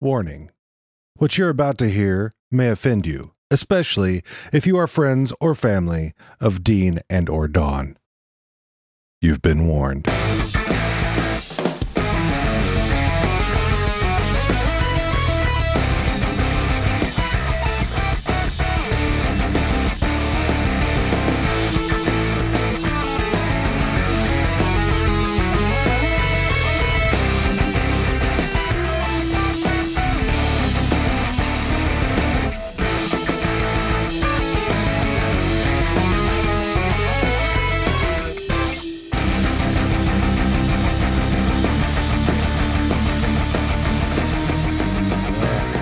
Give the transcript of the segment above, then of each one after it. Warning What you're about to hear may offend you, especially if you are friends or family of Dean and or Dawn. You've been warned.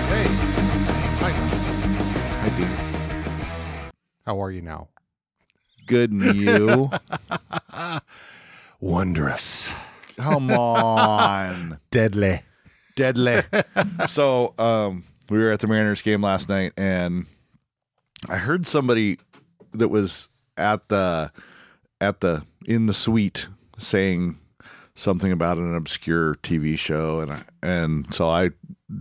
Hey. Hi. Hi, Dean. How are you now? Good and you. Wondrous. Come on. Deadly. Deadly. So um we were at the Mariners game last night and I heard somebody that was at the at the in the suite saying something about an obscure TV show and I, and so I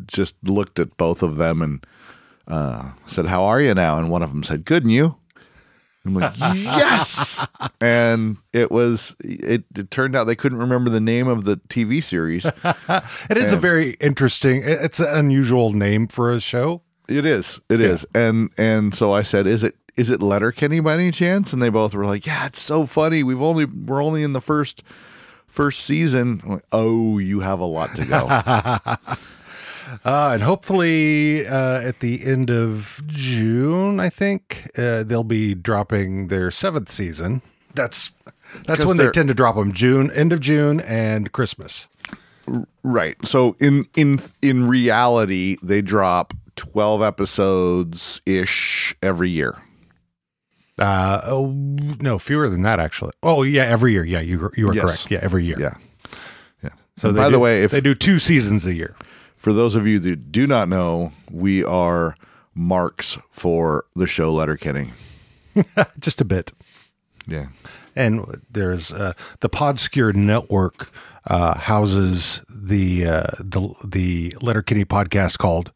just looked at both of them and uh, said, "How are you now?" And one of them said, "Good, and you." I'm like, "Yes!" and it was it, it turned out they couldn't remember the name of the TV series. It is a And- very interesting, it- it's an unusual name for a show. It is. it is, And and so I said, "Is it is it Letterkenny by any chance?" And they both were like, "Yeah, it's so funny. We've only we're only in the first first season." I'm like, oh, you have a lot to go. Uh, and hopefully uh, at the end of June, I think uh, they'll be dropping their seventh season. That's that's 'Cause when they they're- tend to drop them: June, end of June, and Christmas. right. So in in in reality, they drop 12 episodes ish every year. Uh, oh, no, fewer than that actually. Oh yeah, every year. Yeah, you you are Yes. correct. Yeah, every year. Yeah. Yeah. So And they by do- the way, if they do two seasons a year. for those of you that do not know, we are marks for the show Letterkenny. Just a bit. Yeah. and there's uh, the Podscure network uh, houses the uh, the the Letterkenny podcast called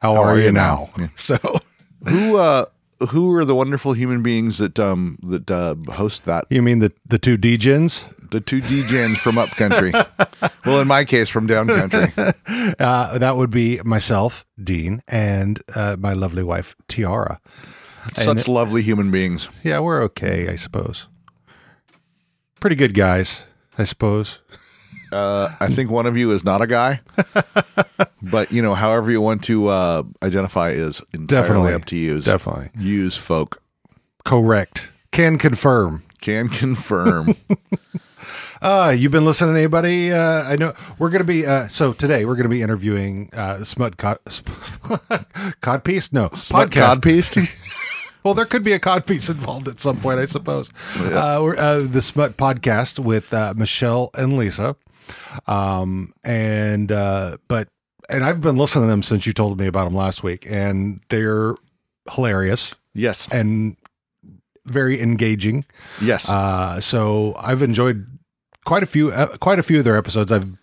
"How, Are, You Now." So Who uh who are the wonderful human beings that um that uh, host that you mean the the two DJs? the two DJs from up country? well, in my case, from down country. Uh, that would be myself, Dean, and uh, my lovely wife Tiara. Such lovely human beings. Yeah, we're okay, I suppose. Pretty good guys, I suppose. Uh, I think one of you is not a guy, but you know, however you want to uh, identify is entirely Definitely. up to you. Definitely Use folk correct. Can confirm. can confirm. Uh, you've been listening to anybody? Uh, I know we're going to be, uh, so today we're going to be interviewing, uh, Smut Cod, Codpiece? No, Smut podcast. codpiece. Well, there could be a Codpiece involved at some point, I suppose. Uh, we're, uh, the Smut podcast with, uh, Michelle and Lisa. Um, and, uh, but, and I've been listening to them since you told me about them last week and they're hilarious yes, and very engaging. yes. Uh, so I've enjoyed quite a few, uh, quite a few of their episodes. I've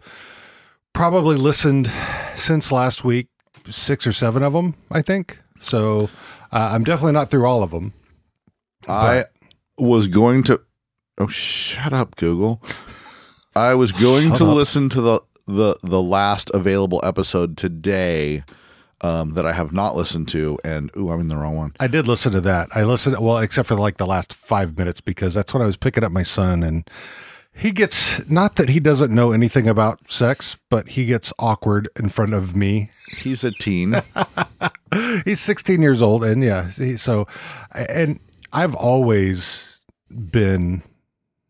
probably listened since last week, six or seven of them, I think. So uh, I'm definitely not through all of them. I was going to. Oh, shut up, Google. I was going Shut to up. listen to the the the last available episode today um, that I have not listened to, and ooh, I'm in the wrong one. I did listen to that. I listened, well, except for like the last five minutes because that's when I was picking up my son and. He gets not that he doesn't know anything about sex, but he gets awkward in front of me He's a teen. he's 16 years old and yeah he- so and i've always been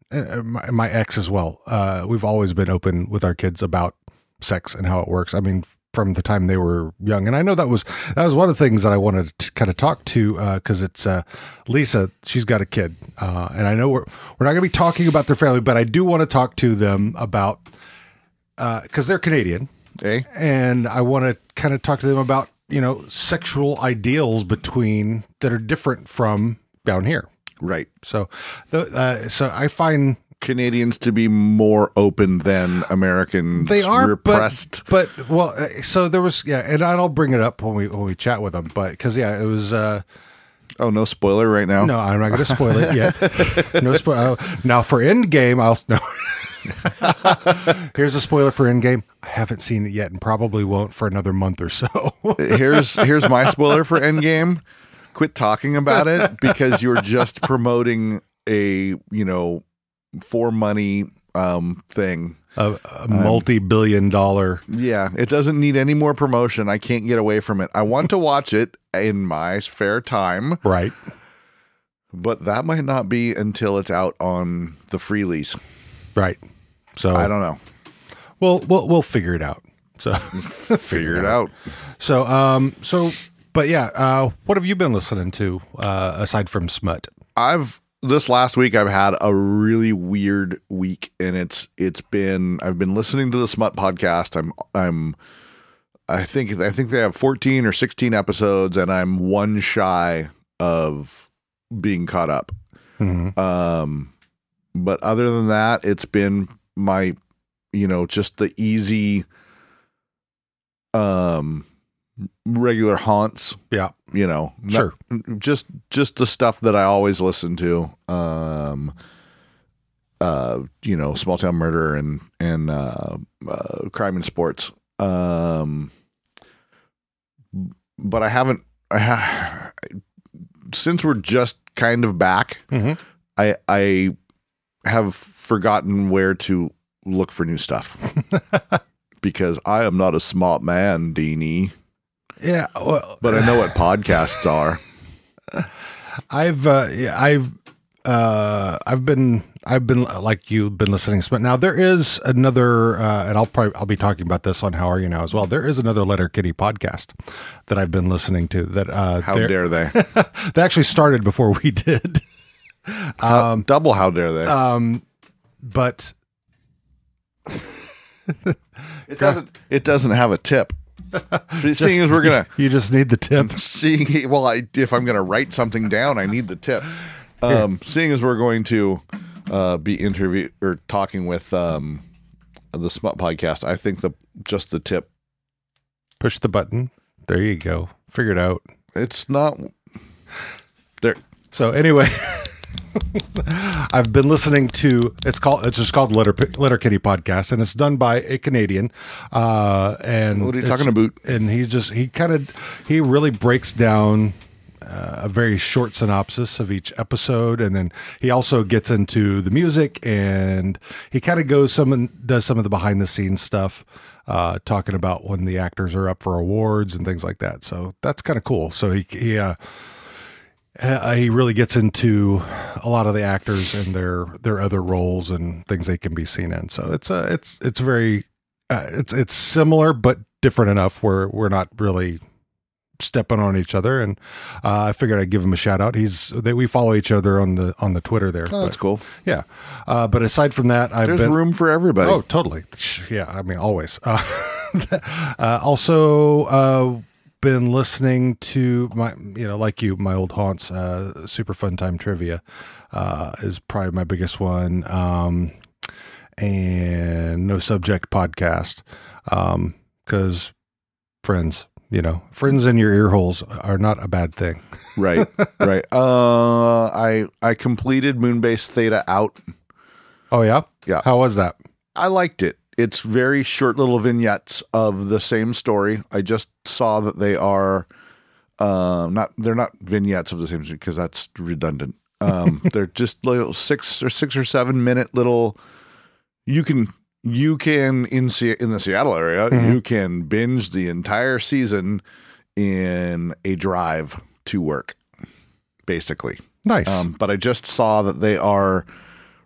uh, my, my ex as well uh we've always been open with our kids about sex and how it works i mean from the time they were young and i know that was that was one of the things that i wanted to kind of talk to uh because it's uh lisa she's got a kid uh and i know we're we're not gonna be talking about their family but i do want to talk to them about uh because they're canadian eh? and I want to kind of talk to them about you know sexual ideals between that are different from down here. Right. So, the, uh, so I find Canadians to be more open than Americans. They are repressed. But, but well, uh, so there was yeah, and I'll bring it up when we when we chat with them. But because yeah, it was. uh oh, no spoiler right now. No, I'm not going to spoil it yet. no spoil. oh, Now for Endgame, I'll no. Here's a spoiler for Endgame. I haven't seen it yet, and probably won't for another month or so. Here's here's my spoiler for Endgame. Quit talking about it because you're just promoting a you know for money um thing. a a multi-billion-dollar. Yeah, it doesn't need any more promotion. I can't get away from it. I want to watch it in my spare time, Right. but that might not be until it's out on the freelies. Right. So I don't know. We'll we'll we'll figure it out. So figure Figure it out. So um so but yeah, uh what have you been listening to uh aside from Smut? I've this last week I've had a really weird week and it's it's been I've been listening to the Smut podcast. I'm I'm I think I think they have 14 or 16 episodes and I'm one shy of being caught up. Mhm. Um but other than that, it's been my you know, just the easy um regular haunts Yeah. you know not- Sure. just just the stuff that i always listen to um uh you know small town murder and and uh, uh crime and sports um but i haven't I ha- since we're just kind of back Mhm. i i have forgotten where to look for new stuff because i am not a smart man deanie Yeah, well, but i know what podcasts are I've uh yeah, I've uh I've been I've been like you been listening to Smut. Now there is another uh and I'll probably I'll be talking about this on How Are You Now as well. There is another Letter Kitty podcast that I've been listening to that uh How they're- dare they? they actually started before we did. Double how dare they? Um, But it doesn't. It doesn't have a tip. seeing as we're gonna you just need the tip. seeing well, I, if I'm gonna write something down, I need the tip. Um, seeing as we're going to uh, be interview or talking with um, the Smut Podcast, I think the just the tip. Push the button. There you go. Figure it out. It's not there. So anyway, I've been listening to it's called it's just called Letter Letter Kitty podcast, and it's done by a Canadian. Uh, and What are you it's- talking about? And he's just he kind of he really breaks down uh, a very short synopsis of each episode, and then he also gets into the music and he kind of goes some and does some of the behind the scenes stuff. Uh, talking about when the actors are up for awards and things like that, so that's kind of cool. So he he uh, uh, he really gets into a lot of the actors and their their other roles and things they can be seen in. So it's a it's it's very uh, it's it's similar but different enough where we're not really stepping on each other. And uh, I figured I'd give him a shout out. He's they, we follow each other on the on the Twitter there. Oh, But- that's cool. yeah, uh, but aside from that, I've There's been room for everybody. Oh, totally. Yeah, I mean, always. Uh, uh, also, uh, been listening to my, you know, like you, my old haunts. Uh, Super fun time trivia uh, is probably my biggest one, um, and no subject podcast because friends, you know, friends in your ear holes are not a bad thing. Right, right. Uh, I I completed Moonbase Theta out Oh yeah, Yeah. How was that? I liked it. It's very short little vignettes of the same story. I just saw that they are um, not they're not vignettes of the same because that's redundant. Um, they're just little six or six or seven minute little. You can you can in Se- in the Seattle area Mhm. you can binge the entire season in a drive to work, basically. Nice. Um, but I just saw that they are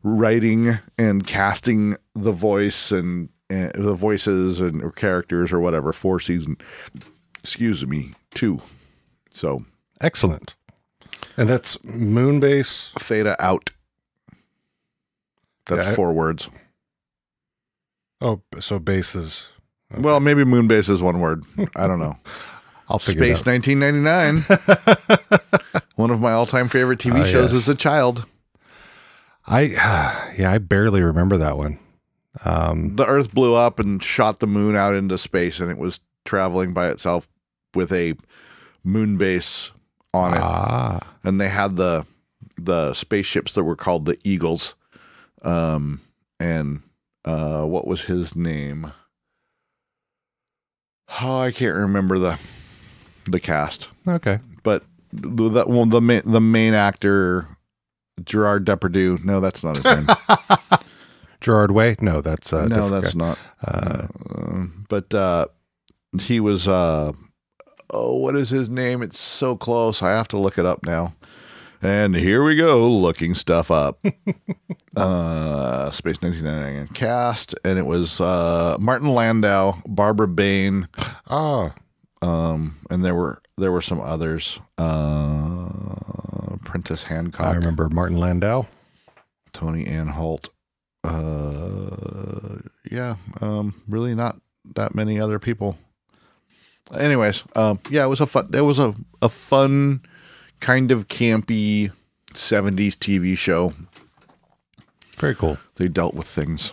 writing and casting the voice and, and the voices and or characters or whatever for season. Excuse me, two. So Excellent. And that's Moonbase. theta out. That's Yeah, I- four words. Oh, so bases. Well, maybe Moonbase is one word. I don't know. I'll figure Space it 1999. one of my all-time favorite TV Ah, yes. shows as a child. out. I yeah, I barely remember that one. Um, The Earth blew up and shot the moon out into space, and it was traveling by itself with a moon base on it. ah, and they had the the spaceships that were called the Eagles. Um, and uh, what was his name? Oh, I can't remember the the cast, okay. but the that one the main the main actor Gerard Depardieu. No, that's not his name. Gerard Way? No, that's uh, no, different that's guy. not. Uh, Um, but uh, he was. Uh, oh, what is his name? It's so close. I have to look it up now. And here we go, looking stuff up. uh, Space 1999 cast, and it was uh, Martin Landau, Barbara Bain, oh, um, and there were there were some others. Uh, Prentice Hancock. I remember Martin Landau. Tony Ann Holt. Uh, yeah, um, really not that many other people. Anyways, um, yeah, it was a fun. It was a, a fun, kind of campy '70s TV show. Very cool They dealt with things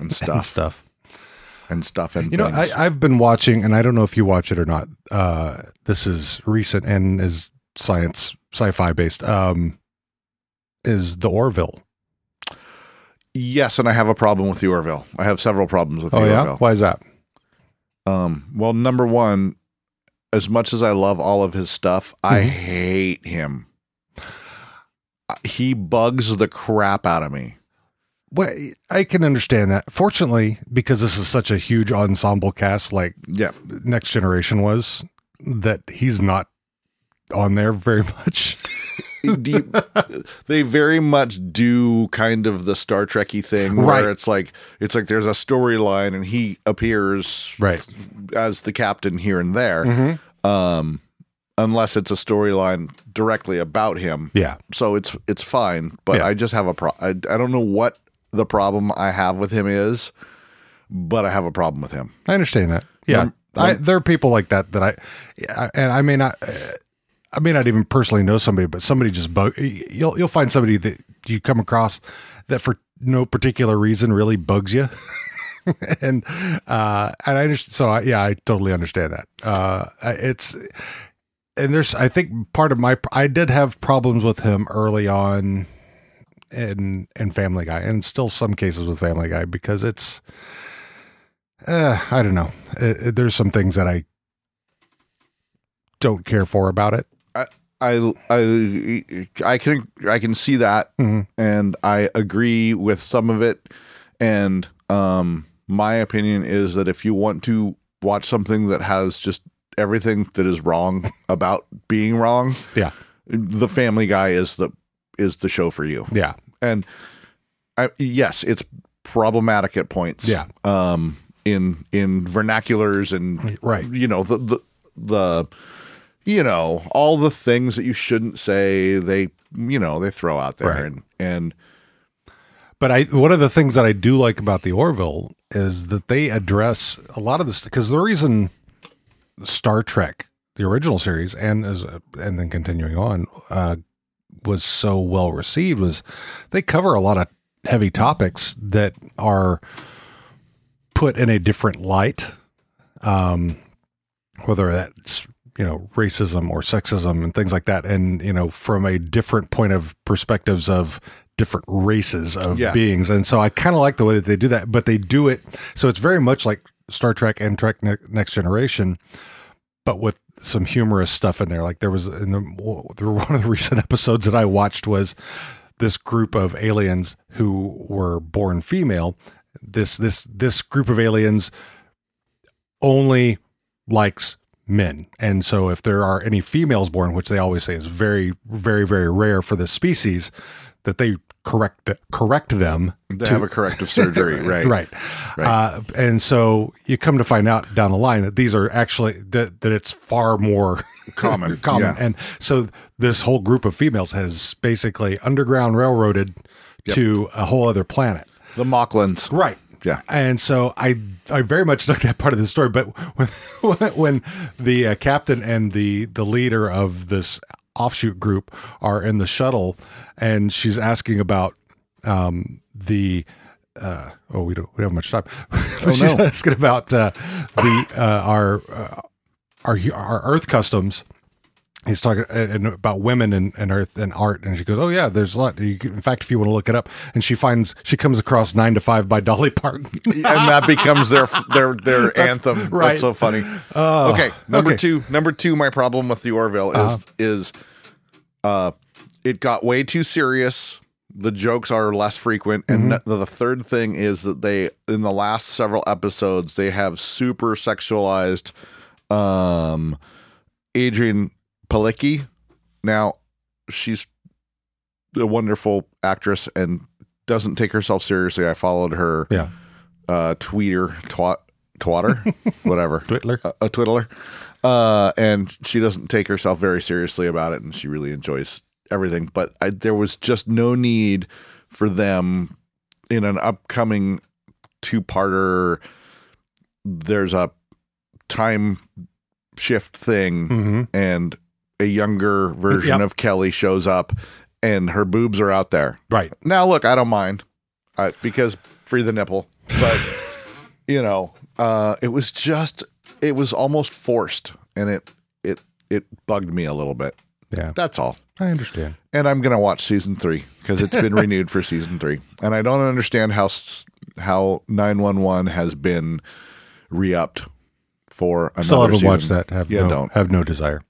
and stuff stuff. and stuff and You know, I, things. I've been watching, and I don't know if you watch it or not. Uh, this is recent and is science sci-fi based. Um, is the Orville? yes, and I have a problem with the Orville. I have several problems with the Oh yeah, Orville. why is that? Um, well, number one, as much as I love all of his stuff, I Mhm. hate him. Uh, He bugs the crap out of me. Well, I can understand that. Fortunately, because this is such a huge ensemble cast, like Yeah. Next Generation was, that he's not on there very much. Deep- they very much do kind of the Star Trekky thing Right. where it's like it's like there's a storyline and he appears Right. as the captain here and there. Mhm. Um unless it's a storyline directly about him. Yeah. so it's it's fine. But Yeah. I just have a pro. I, I don't know what the problem I have with him is, but I have a problem with him. I understand that. Yeah, Num- I, there are people like that that I, I and I may not, uh, I may not even personally know somebody, but somebody just bug. You'll you'll find somebody that you come across that for no particular reason really bugs you, and uh, and I understand. So I, yeah, I totally understand that. Uh, I- it's and there's I think part of my I did have problems with him early on. And and Family Guy, and still some cases with Family Guy because it's uh, I don't know. Uh, there's some things that I don't care for about it. I I I can I can see that, Mhm. and I agree with some of it. And um, my opinion is that if you want to watch something that has just everything that is wrong about being wrong, Yeah. the Family Guy is the is the show for you. Yeah, and I, yes, it's problematic at points. Yeah. Um, in in vernaculars and right. you know the the the you know all the things that you shouldn't say they you know they throw out there Right. and and But I one of the things that I do like about the Orville is that they address a lot of this because the reason Star Trek, the original series, and as and then continuing on, uh, was so well received was they cover a lot of heavy topics that are put in a different light, um, whether that's you know racism or sexism and things like that, and you know from a different point of perspectives of different races of Yeah. beings, and so I kind of like the way that they do that, but they do it so it's very much like Star Trek and Trek ne- Next Generation, but with some humorous stuff in there. Like there was in the there were one of the recent episodes that I watched was this group of aliens who were born female. This this this group of aliens only likes men. And so if there are any females born, which they always say is very very very rare for this species, that they correct the, correct them they have a corrective surgery right right. Uh, and so you come to find out down the line that these are actually that, that it's far more Common, common. yeah. And so this whole group of females has basically underground railroaded to a whole other planet. the Mocklands Right. yeah And so I I very much like that part of the story, but when when the uh, captain and the the leader of this offshoot group are in the shuttle, and she's asking about um, the uh, oh we don't we don't have much time. But Oh, she's no. asking about uh, the uh, our, uh, our our Earth customs. He's talking uh, and about women and, and earth and art, and she goes, "Oh yeah, there's a lot." You can- in fact, if you want to look it up, and she finds she comes across Nine to Five by Dolly Parton. and that becomes their their their anthem. right. That's so funny. Oh, okay, number okay. Uh-huh. two. Number two. My problem with the Orville is is uh, it got way too serious. The jokes are less frequent, Mm-hmm. and the- the third thing is that they in the last several episodes they have super sexualized um, Adrian Palicki. Now she's a wonderful actress and doesn't take herself seriously. I followed her yeah, uh, tweeter, twat, twatter, whatever, Dwittler. a, a twiddler. Uh, and she doesn't take herself very seriously about it, and she really enjoys everything. But I, there was just no need for them in an upcoming two-parter. There's a time shift thing Mm-hmm. and a younger Yep. version of Kelly shows up and her boobs are out there. Right. Now look, I don't mind I, because free the nipple, but you know, uh, it was just it was almost forced and it it it bugged me a little bit. Yeah, That's all. I understand. And I'm going to watch season 3 because it's been renewed for season 3. And I don't understand how s- how 911 has been re-upped for another Still haven't season. watched that. Have Yeah, no, don't. have no desire.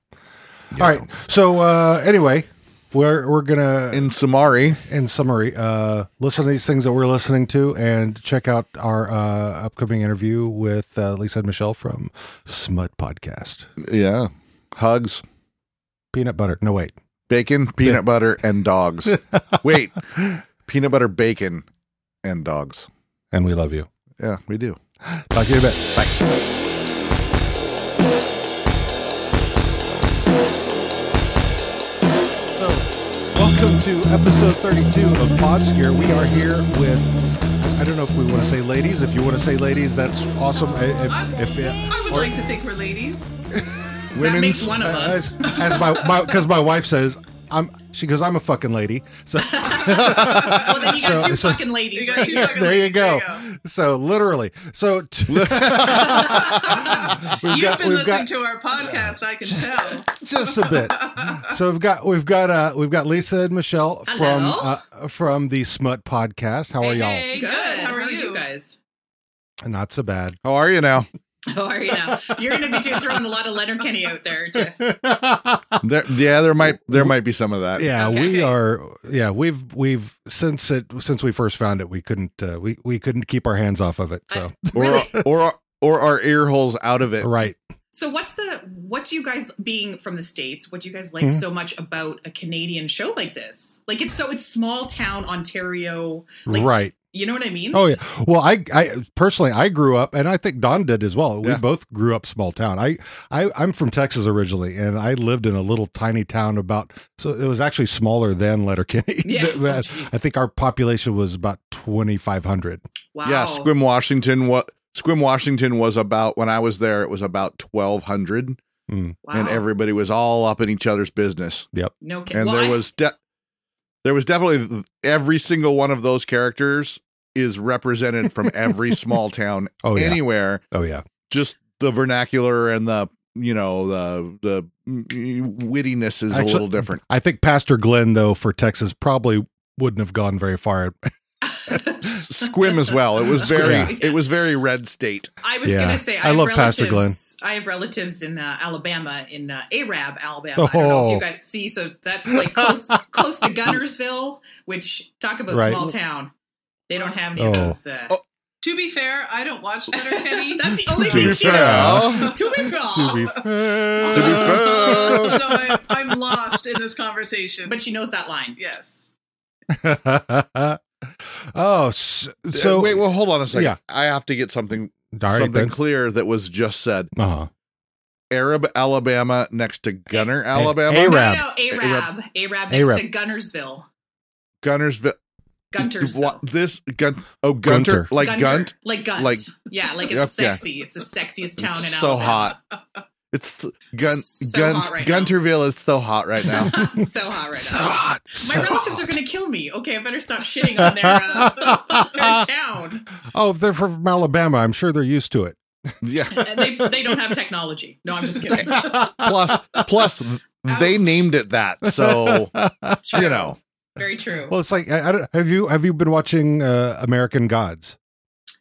Yeah. All right. So uh, anyway, we're we're gonna in, In Samari, summary uh, listen to these things that we're listening to, and check out our uh, upcoming interview with uh, Lisa and Michelle from Smut Podcast. Yeah. Hugs, Peanut butter. No wait. bacon, peanut butter, and dogs. Wait, peanut butter, bacon, and dogs. And we love you. Yeah, we do. Talk to you in a bit. So, welcome to episode 32 of Podskier. We are here with, I don't know if we want to say ladies. If you want to say ladies, that's awesome. I- If, if, I would like to think we're ladies. Women's- that makes one of us. as, as my, my, cause my wife says, I'm, she goes, I'm a fucking lady. So well, then you got So- two so- fucking You ladies. got right? two fucking there you ladies, go. So literally, so t- we've You've got, been we've listening got, to our podcast, I can tell. just a bit. So we've got we've got uh we've got Lisa and Michelle Hello. from uh, from the Smut Podcast. How are y'all? Hey, Good. How are you? you? guys? Not so bad. How are you now? How are you now? You're going to be doing- throwing a lot of Leonard Kenny out there. To, There, yeah, there might there might be some of that. Yeah, we Okay. are. Yeah, we've we've since it since we first found it, we couldn't uh, we we couldn't keep our hands off of it. So Or Really? or or our ear holes out of it. right, so, what's the what do you guys being from the states? What do you guys like Mhm. so much about a Canadian show like this? Like it's so it's small town Ontario. Like, right. You know what I mean? Oh yeah. Well, I, I personally, I grew up, and I think Don did as well. We Yeah. both grew up small town. I, I, I'm from Texas originally, and I lived in a little tiny town about. So it was actually smaller than Letterkenny. Yeah. But Oh, jeez. I think our population was about 2,500. Wow. Yeah, Squim Washington what Squim Washington was about when I was there, it was about twelve hundred wow. and everybody was all up in each other's business. no kidding. and Well, there I- was de- there was definitely every single one of those characters is represented from every small town Oh yeah. anywhere oh yeah. just the vernacular and the you know the the mm, wittiness is Actually- a little different I think Pastor Glenn though for Texas probably wouldn't have gone very far. squim as well it was very Yeah. it was very red state I was Yeah. gonna say I I, have love relatives. Pastor I have relatives in uh, Alabama, in uh, Arab, Alabama. I don't know if Oh. you guys see. So that's like close, close to Gunnersville, which talk about Right. small town. They don't have any of Oh. those. Uh, Oh. To be fair, I don't watch Letterkenny. That's the only To be thing she fair. knows. Well, To be fair. fair. to be fair so I'm, I'm lost in this conversation. But she knows that line. yes. oh, so, so so Uh, wait well hold on a second Yeah. i have to get something all right, something then. clear that was just said Uh-huh. arab alabama next to gunner alabama Arab. No, no, Arab. Arab, next Arab. to Gunnersville. gunnersville Guntersville. What- this gun oh gunter, Gunter. like Gunter. gunt Like Gunt. Like- yeah, like it's Yep, yeah. sexy. It's the sexiest town in so Alabama. hot It's th- Gun So Gun hot right now. Gunterville is so hot right now. so hot right now. hot. My relatives are going to kill me. Okay, I better stop shitting on their, uh, their town. Oh, if they're from Alabama, I'm sure they're used to it. Yeah. And they, they don't have technology. No, I'm just kidding. plus plus they named it that, so you know. Very true. Well, it's like I, I don't, have you have you been watching uh, American Gods?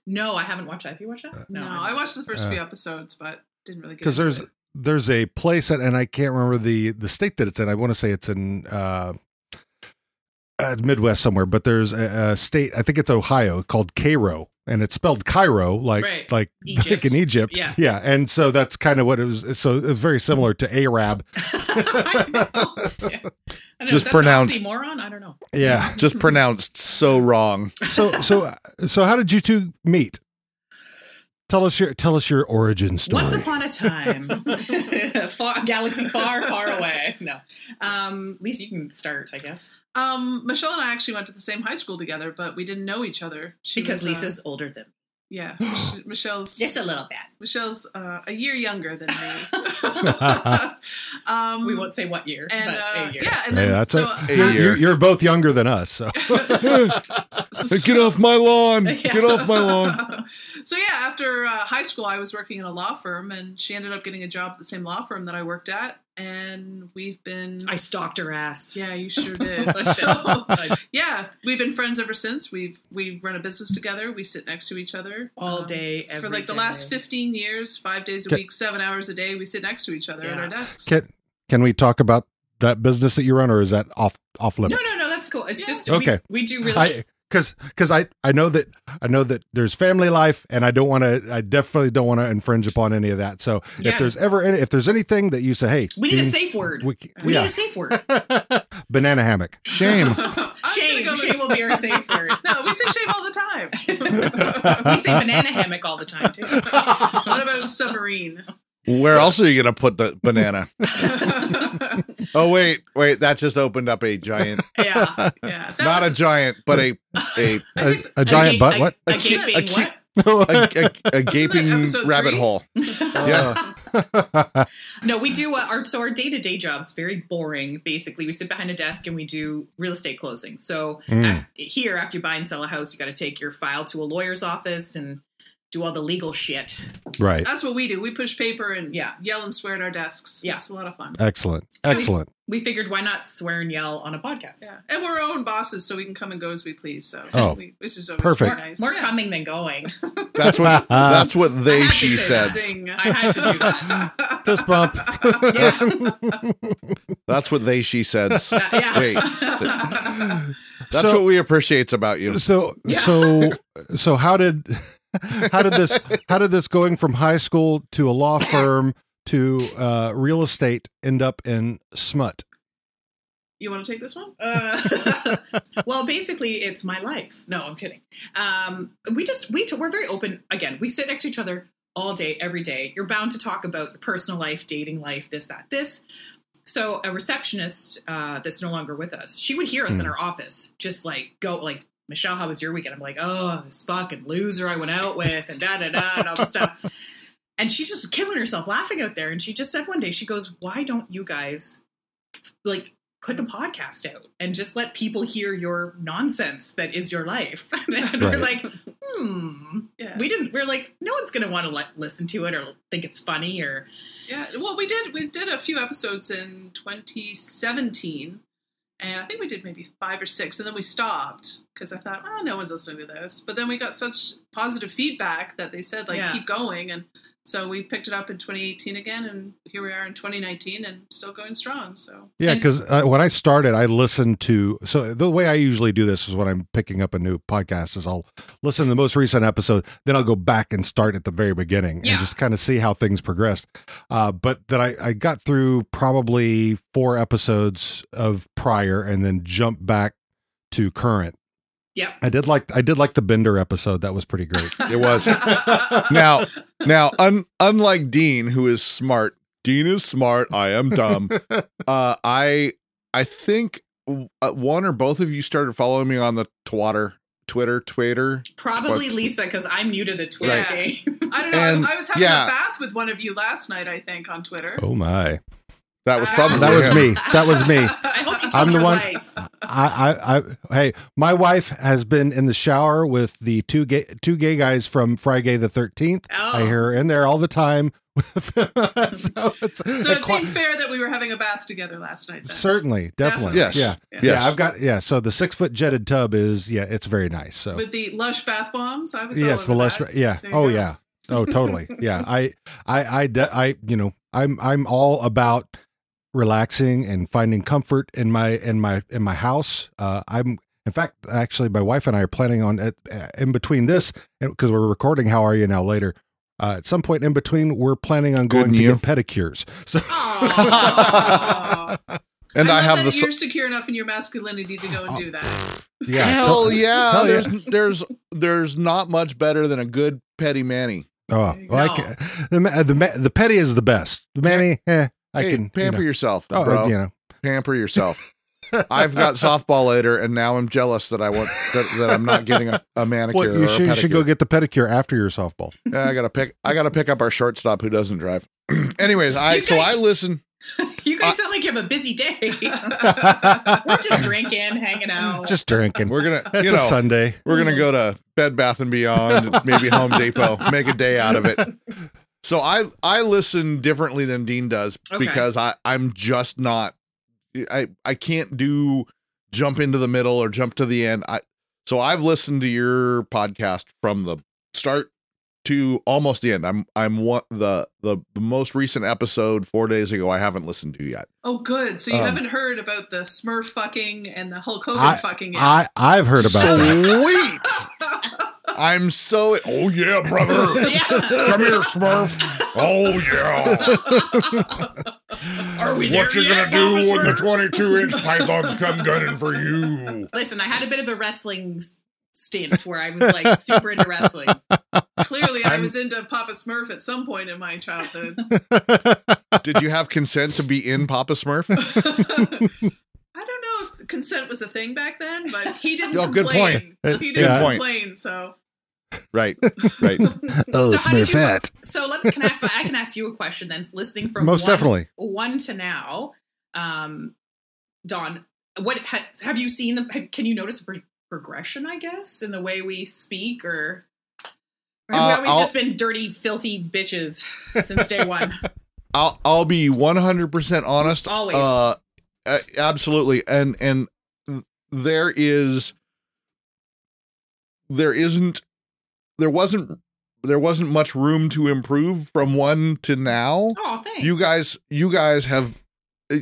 no, I haven't watched that. Have you watched that? No, haven't. I watched the first Uh, few episodes, but didn't really get Because into there's it. there's a place and- and I can't remember the the state that it's in. I want to say it's in uh, uh, Midwest somewhere, but there's a, a state I think it's Ohio called Cairo, and it's spelled Cairo like Right. like like Egypt. in Egypt. Yeah. yeah, and so that's kind of what it was. So it's very similar to Arab. I know. Yeah. I know, Just is that an pronounced- oxymoron? I don't know. Yeah. Just pronounced so wrong. So so so how did you two meet? Tell us your tell us your origin story. Once upon a time, far, galaxy far, far away. No, um, Lisa, you can start, I guess, um, Michelle and I actually went to the same high school together, but we didn't know each other. She because was, uh, Lisa's older than yeah, she- Michelle's just a little bit. Michelle's uh, a year younger than me. um, we won't say what year, and but uh, a year. yeah, and Hey, then that's so, a- uh, Hey, you're, you're both younger than us. So. Hey, get off my lawn. Get off my lawn. so yeah, after uh, high school, I was working in a law firm, and she ended up getting a job at the same law firm that I worked at, and we've been. I stalked her ass. yeah, you sure did. Listen, so, like, yeah, we've been friends ever since. We've we run a business together. We sit next to each other all um, day, every for like the day. last fifteen years, five days a Ca- week, seven hours a day. We sit next to each other at Yeah. our desks. Can can we talk about that business that you run, or is that off off No, limits? no, no. That's cool. It's Yeah. just Okay. We, we do really. I because because I I know that I know that there's family life, and I don't want to. I definitely don't want to infringe upon any of that. So if Yeah. there's ever any, if there's anything that you say, hey, we need a Dean, safe word. We, We, yeah, need a safe word. banana hammock. Shame. I'm gonna Shame, go with- shame will be our safe word. No, we say shame all the time. we say banana hammock all the time too. what about submarine? Where else are you gonna put the banana? Oh wait, wait, that just opened up a giant Yeah, yeah, that not a was- giant, but a a A, think- a giant gate- butt. A, what? A cute- A, gate being a what? a, a, a gaping episode rabbit three? hole. Yeah. No, we do uh, our so our day to day job's very boring. Basically, we sit behind a desk and we do real estate closings. So Mm. af- here, after you buy and sell a house, you got to take your file to a lawyer's office and do all the legal shit. right. That's what we do. We push paper and Yeah. yell and swear at our desks. Yeah. it's a lot of fun. Excellent. So- Excellent. We figured why not swear and yell on a podcast? Yeah, and we're our own bosses, so we can come and go as we please. So Oh, we, this is always perfect. More nice. More Yeah. coming than going. That's what Um, that's what I they have to she say that. says. Zing. I had to do that. Fist bump. Yeah. That's what they she says. That- yeah. Wait, that's So- what we appreciate about you. so so so how did how did this how did this going from high school to a law firm to uh, real estate end up in smut? You want to take this one? Uh, well, basically, it's my life. No, I'm kidding. Um, we just we t- we're very open. Again, we sit next to each other all day, every day. You're bound to talk about your personal life, dating life, this, that, this. So, a receptionist uh, that's no longer with us, she would hear us in her office, just like go like. Michelle, how was your weekend? I'm like, oh, this fucking loser I went out with, and da da da, and all this stuff. And she's just killing herself laughing out there. And she just said one day, she goes, "Why don't you guys like put the podcast out and just let people hear your nonsense that is your life. and Right. we're like, hmm. Yeah. We didn't. We're like, no one's going to want to li- listen to it or think it's funny or Yeah, well, we did we did a few episodes in 2017, and I think we did maybe five or six, and then we stopped because I thought, oh, no one's listening to this. But then we got such positive feedback that they said, like, Yeah. keep going, and so we picked it up in 2018 again, and here we are in 2019, and still going strong. So Yeah, And- because uh, when I started, I listened to. So the way I usually do this is when I'm picking up a new podcast, is I'll listen to the most recent episode, then I'll go back and start at the very beginning Yeah. and just kind of see how things progressed. Uh, but then I, I got through probably four episodes of prior, and then jumped back to current. Yep. I did like I did like the Bender episode. That was pretty great. It was now now un, unlike Dean, who is smart. Dean is smart. I am dumb. Uh, I I think w- uh, one or both of you started following me on the Twitter, Twitter, Twitter. probably What? Lisa because I'm new to the Twitter Right. game. I don't know. And, I was having yeah. a bath with one of you last night, I think, on Twitter. Oh my! That was probably That was him. me. That was me. I hope you told I'm the your one- wife. I, I, I, hey, my wife has been in the shower with the two gay, two gay guys from Friday the Thirteenth. Oh. I hear her in there all the time. so it's, So it seemed fair that we were having a bath together last night. Then. certainly, definitely, Yes. yeah, Yeah. Yes. yeah. I've got yeah. So the six foot jetted tub is yeah, it's very nice. So with the lush bath bombs, I was all yes, the over lush. that. Yeah. There you Oh go. yeah. Oh totally. Yeah. I I I de- I you know I'm I'm all about relaxing and finding comfort in my in my in my house. Uh, I'm in fact actually my wife and I are planning on at, uh, in between this because we're recording. How are you now? Later. Uh, at some point in between, we're planning on going Good to you. get pedicures. So Aw. And I, love have that the Oh. You're secure enough in your masculinity to go and do that. yeah, hell yeah. Hell yeah. there's there's there's not much better than a good petty manny. Oh, There you well, I go. can, the ma- the ma- the petty is the best. The manny, eh, I hey, can pamper you know, yourself, oh, bro. you know. Pamper yourself. I've got softball later, and now I'm jealous that I want that, that I'm not getting a, a manicure. Well, or you a should, you should pedicure. go get the pedicure after your softball. Yeah, I gotta pick. I gotta pick up our shortstop who doesn't drive. Anyways, I You so take- I listen. Oh, You Uh, guys sound like you have a busy day. We're just drinking, hanging out. Just drinking. We're gonna, It's you a know, Sunday. we're gonna go to Bed Bath and Beyond, maybe Home Depot, make a day out of it. So I I listen differently than Dean does Okay. because I I'm just not I I can't do jump into the middle or jump to the end. I so I've listened to your podcast from the start to almost the end. I'm I'm one the the most recent episode 4 days ago I haven't listened to yet. Oh, good. So you Um, haven't heard about the Smurf fucking and the Hulk Hogan I- fucking. yet. I I've heard about that. Sweet. I'm so oh yeah, brother. Yeah. Come here, Smurf. Oh yeah. Are we What there you gonna yet, do Mama when the Smurf? 22 inch pythons come gunning for you? Listen, I had a bit of a wrestling s- stint where I was like super into wrestling. Clearly, I was into Papa Smurf at some point in my childhood. Did you have consent to be in Papa Smurf? I don't know if consent was a thing back then, but he didn't Oh, good complain. point. He Good didn't point. complain, so Right, right. Oh, so how did you? Smurfette. So let me can I, I can ask you a question then. Listening from Most one, definitely. one to now, um, Don, what ha, have you seen? The, have, can you notice a pro- progression? I guess in the way we speak, or, or have Uh, we always I'll- just been dirty, filthy bitches since day one? I'll I'll be 100% honest. Always. Uh, uh, absolutely. And and there is there isn't there wasn't there wasn't much room to improve from one to now. oh, thanks. you guys you guys have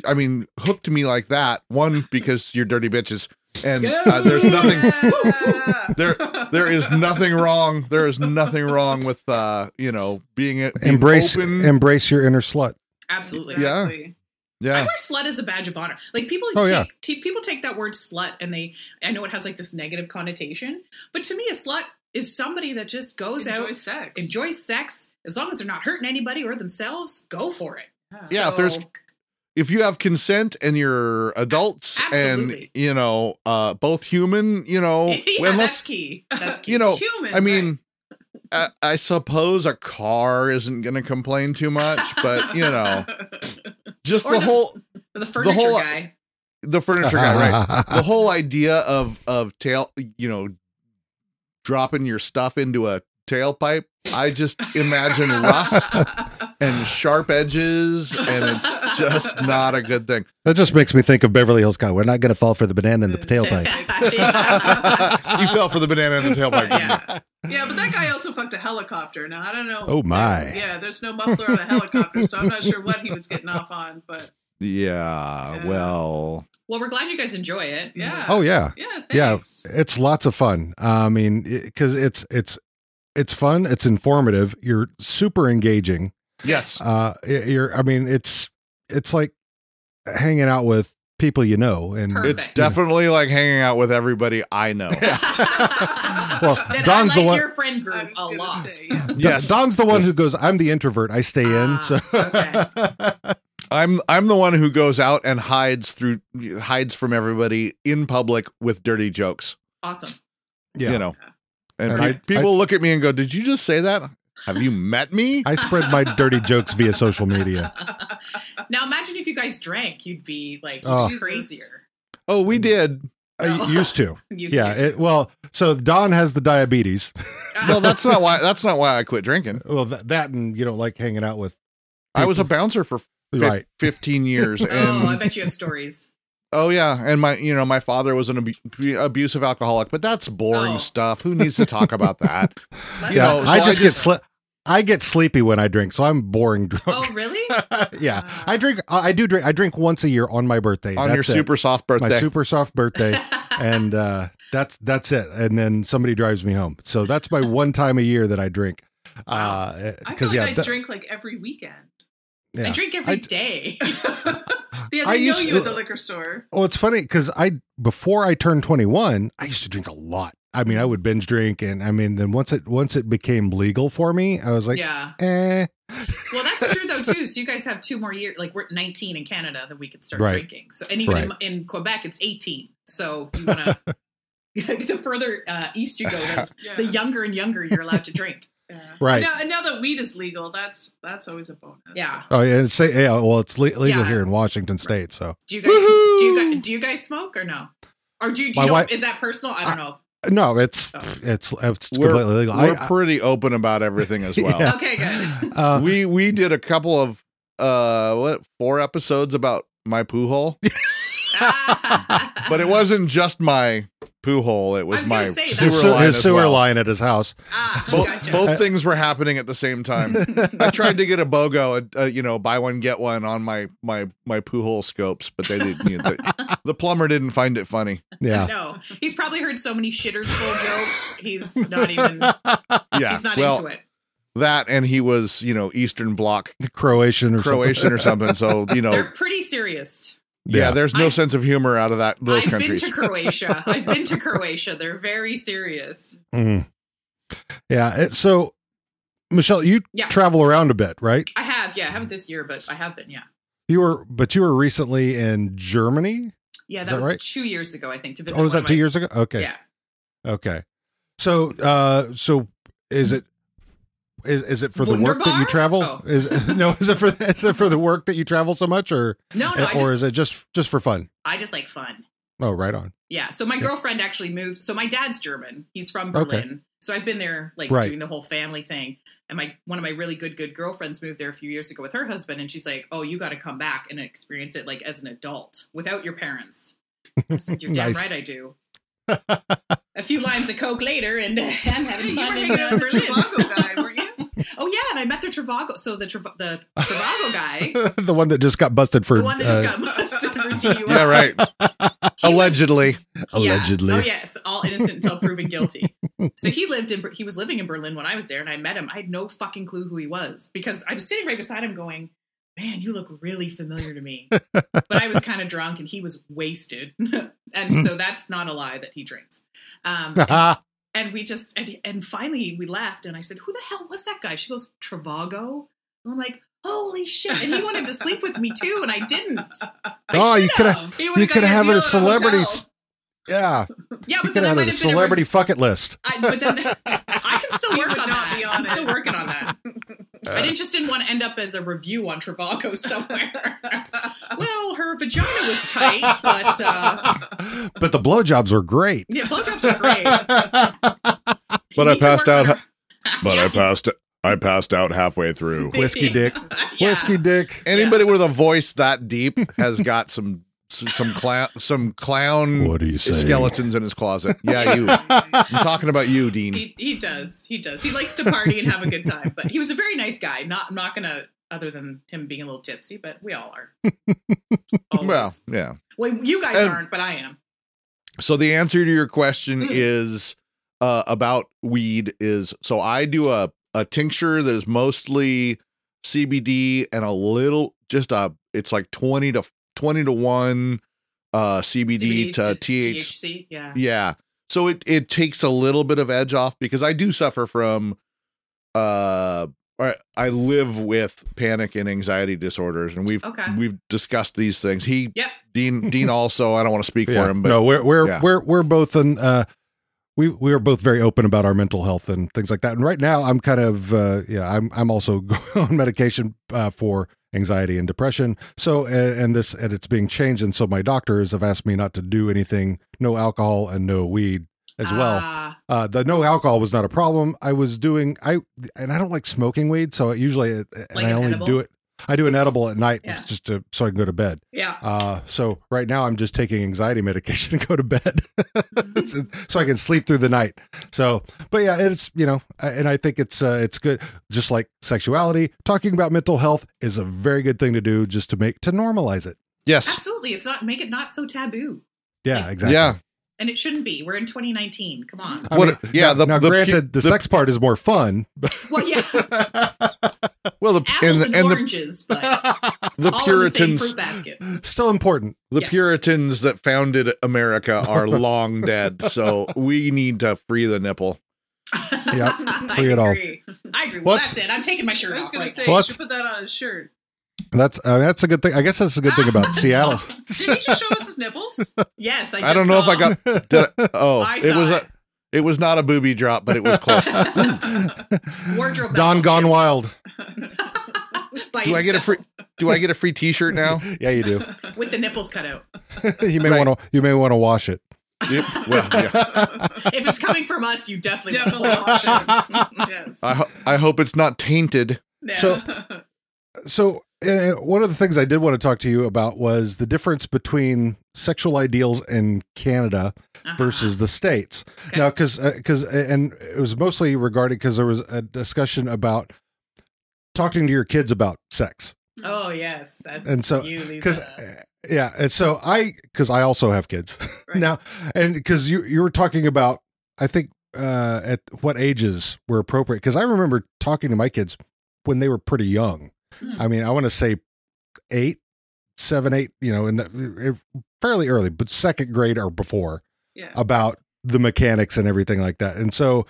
i mean hooked me like that one because you're dirty bitches and uh, there's nothing Yeah. there there is nothing wrong there is nothing wrong with uh you know being, being Embrace open. embrace your inner slut. absolutely. Yeah. I yeah wear slut as a badge of honor. Like people Oh, take yeah. t- people take that word slut and they I know it has like this negative connotation, but to me a slut is somebody that just goes Enjoy out, sex. enjoys sex, as long as they're not hurting anybody or themselves, go for it. Yeah, if there's- if you have consent and you're adults and Absolutely. you know uh both human you know yeah, that's unless key. That's key. you know Human, i mean I, I suppose a car isn't going to complain too much but you know just Or the the- whole the furniture whole- guy. the furniture guy right the whole idea of of tail you know dropping your stuff into a tailpipe i just imagine rust and sharp edges and it's just not a good thing That just makes me think of Beverly Hills Cop. We're not going to fall for the banana in the Oh, tailpipe. you fell for the banana in the tailpipe didn't you? yeah. Yeah, but that guy also fucked a helicopter. Now I don't know. Oh, my. Yeah, there's no muffler on a helicopter, so I'm not sure what he was getting off on. But yeah, Yeah. well Well, we're glad you guys enjoy it. yeah, Oh yeah. yeah, Yeah. thanks. It's lots of fun. Uh, I mean, because it's it's it's fun. It's informative. You're super engaging. yes Uh, you're. I mean, it's it's like hanging out with people you know, and Perfect. it's definitely like hanging out with everybody i know Well, Then I Don's the like one- your friend I group was gonna a lot. say, yeah. yes Don's the one who goes. I'm the introvert. I stay in. Ah, So i'm i'm the one who goes out and hides through hides from everybody in public with dirty jokes Awesome. yeah, you know. And, And pe- I- people look at me and go, "Did you just say that?" Have you met me? I spread my dirty jokes via social media. Now imagine if you guys drank, you'd be like Oh. crazier. Oh, we did. I used to. Oh, Used Yeah. to. It, well, so Don has the diabetes. So that's not why. That's not why I quit drinking. Well, that, that and you don't like hanging out with. I was a bouncer for fif- Right. fifteen years, oh, I and bet you have stories. oh yeah, and my you know my father was an abu- abusive alcoholic, but that's boring Oh. stuff. Who needs to talk about that? Let's You Yeah. know, not- so I I just get just- sli- I get sleepy when I drink, so I'm boring oh, drunk. really? yeah. I drink. I I do drink. I drink once a year on my birthday. On your That's it. super soft birthday, my super soft birthday, and uh, that's that's it. And then somebody drives me home. So that's my one time a year that I drink. Uh, I feel because like yeah, I that- drink like every weekend. yeah. I drink I every d- day. Yeah, they I know used you to- at the liquor store. Well, it's funny because I before I turned twenty one, I used to drink a lot. I mean, I would binge drink, and I mean, then once it once it became legal for me, I was like, yeah. eh, Well, that's true though too. So you guys have two more years. Like we're 19 in Canada, then we can start Right. drinking. So and even in, in Quebec, it's 18. So you wanna the further uh, east you go, the, Yeah. the younger and younger you're allowed to drink. yeah. right. Now, and now that weed is legal, that's that's always a bonus. Yeah. Oh, yeah, and say, yeah, well, it's le- legal Yeah. here in Washington State, so Do you guys do you guys, do you guys smoke or no? Or do you, you My don't- wife- is that personal? I don't know. no, it's Oh. it's it's We're- completely legal. I- we're pretty open about everything as well. Yeah. Okay, good. uh, We we did a couple of uh what four episodes about my poo hole, Ah, but it wasn't just my poo hole. It was, I was my gonna say, sewer his that's- sewer, line. his as sewer well. line at his house. ah, Bo- gotcha. Both things were happening at the same time. I tried to get a BOGO, uh, you know, buy one get one on my my my poo hole scopes, but they didn't. You know, the, the plumber didn't find it funny. Yeah. No, he's probably heard so many shitters full jokes. He's not even. Yeah, He's not well, into it. that and he was, you know, Eastern Bloc The Croatian or Croatian or something. So you know, They're pretty serious. yeah, Yeah. there's no I- sense of humor out of that those I've countries. been to Croatia. I've been to Croatia. They're very serious. something. Mm. Yeah. it- so, Michelle, you Yeah. travel around a bit, right? I have, yeah, I haven't this year, but I have been, yeah. You were, but you were recently in Germany. Yeah, Is that, that was right? two years ago, I think, to visit. Oh, was one that of two my- years ago? Okay. Yeah. Okay. So, uh, so is it? Is, is it for the work that you Wunderbar? travel? Oh. Is no? Is it for is it for the work that you travel so much, or Oh, No, no, I or just, is it just just for fun? I just like fun. Oh, right on. Yeah. So my girlfriend actually moved. So my dad's German. He's from Berlin. Okay. So I've been there like Right. doing the whole family thing. And my one of my really good good girlfriends moved there a few years ago with her husband and she's like, "Oh, you got to come back and experience it like as an adult without your parents." I said, "You're damn Nice. right I do." a few lines of coke later and I'm Hey, having you were fun in hanging out uh, with the Berlin. Trivago guy, weren't you? oh yeah, and I met the Travago so the Trav- the Travago guy, the one that just got busted for the one that just uh, got busted for DUI. yeah, right. He was- Allegedly, Yeah. allegedly. Oh yes, all innocent until proven guilty. So he lived in he was living in Berlin when I was there, and I met him. I had no fucking clue who he was because I was sitting right beside him, going, "Man, you look really familiar to me." but I was kind of drunk, and he was wasted, and so that's not a lie that he drinks. Um, uh, Ah, and we just and, and finally we left, and I said, "Who the hell was that guy?" She goes, "Travago." And I'm like. Holy shit! And he wanted to sleep with me too, and I didn't. I Oh, you should've. coulda- He would've you got could me a have deal it at a celebrity. hotel. s- Yeah, Yeah, you but could then I have might it a have been a ref- celebrity bucket list. I, but then I can still He work would on not that. be on I'm it. still working on that. Uh. I didn't just didn't want to end up as a review on Travago somewhere. well, her vagina was tight, but uh, But the blowjobs were great. yeah, blowjobs are great. You but I need to passed work out. on But I Yeah. passed. I passed out halfway through. Whiskey dick. her- Yeah. Whiskey dick. Anybody with a voice that deep has got some s- some clown some clown do you skeletons in his closet. Yeah, you. I'm talking about you, Dean. He, he does. He does. He likes to party and have a good time. But he was a very nice guy. Not I'm not gonna other than him being a little tipsy, but we all are. Always. Well, yeah. well, you guys and- aren't, but I am. So the answer to your question Mm. is uh, about weed is so I do a a tincture that is mostly CBD and a little just a it's like 20 to 20 to 1 uh CBD, to, THC THC. Yeah. Yeah. So it it takes a little bit of edge off because I do suffer from uh or I live with panic and anxiety disorders and we've Okay. we've discussed these things. He Yep. Dean Dean also I don't want to speak for him but no, we're we're yeah. we're we're both in uh we we are both very open about our mental health and things like that. And right now, I'm kind of uh, yeah, I'm I'm also on medication uh, for anxiety and depression. So and, and this and it's being changed, and so my doctors have asked me not to do anything, no alcohol and no weed as well. Ah, Uh, the no alcohol was not a problem. I was doing I and I don't like smoking weed, so I usually uh, and Like I an only edible? do it. I do an edible at night Yeah. Oh. just to so I can go to bed. yeah. Uh, so right now I'm just taking anxiety medication to go to bed so, Mm-hmm. so I can sleep through the night. So, but yeah, it's, you know, I- and I think it's, uh, it's good. Just like sexuality, talking about mental health is a very good thing to do just to make, to normalize it. Yes. Absolutely. It's not make it not so taboo. Yeah, exactly. Yeah. And it shouldn't be. We're in 2019. Come on. I What- mean, yeah, Now, the- now the pu- granted, the, the- sex part is more fun, but Well, yeah. Well, the Apples and, and, and the, oranges, but the all in the same Puritans, fruit basket. still important. the Yes. Puritans that founded America are long dead. So we need to free the nipple. Yeah, I free it all. agree. I agree. Well, What's- that's it. I'm taking my shirt I was off. going right to say, now. you What? should put that on his shirt. That's, uh, that's a good thing. I guess that's a good thing about Seattle. Did he just show us his nipples? Yes, I, I don't know if I got. Did I- oh, I it saw was it. a. It was not a booby drop, but it was close. Wardrobe Don battle, gone too. wild. By Do I get a free? himself, Do I get a free T-shirt now? Yeah, you do. with the nipples cut out? you may Right. want to, you may want to wash it. Yep. Well, yeah. If it's coming from us, you definitely want Definitely. to wash it. yes. I ho- I hope it's not tainted. No. So- so uh, one of the things I did want to talk to you about was the difference between sexual ideals in Canada Uh-huh. versus the states. Okay. Now, because because uh, and it was mostly regarding because there was a discussion about talking to your kids about sex oh yes, that's And Uh, so- you, because Lisa. eh, yeah and so i because i also have kids Right. now and because you you were talking about i think uh at what ages were appropriate because i remember talking to my kids when they were pretty young Hmm. i mean i want to say eight seven eight you know in the, eh, fairly early but second grade or before yeah. about the mechanics and everything like that. And so,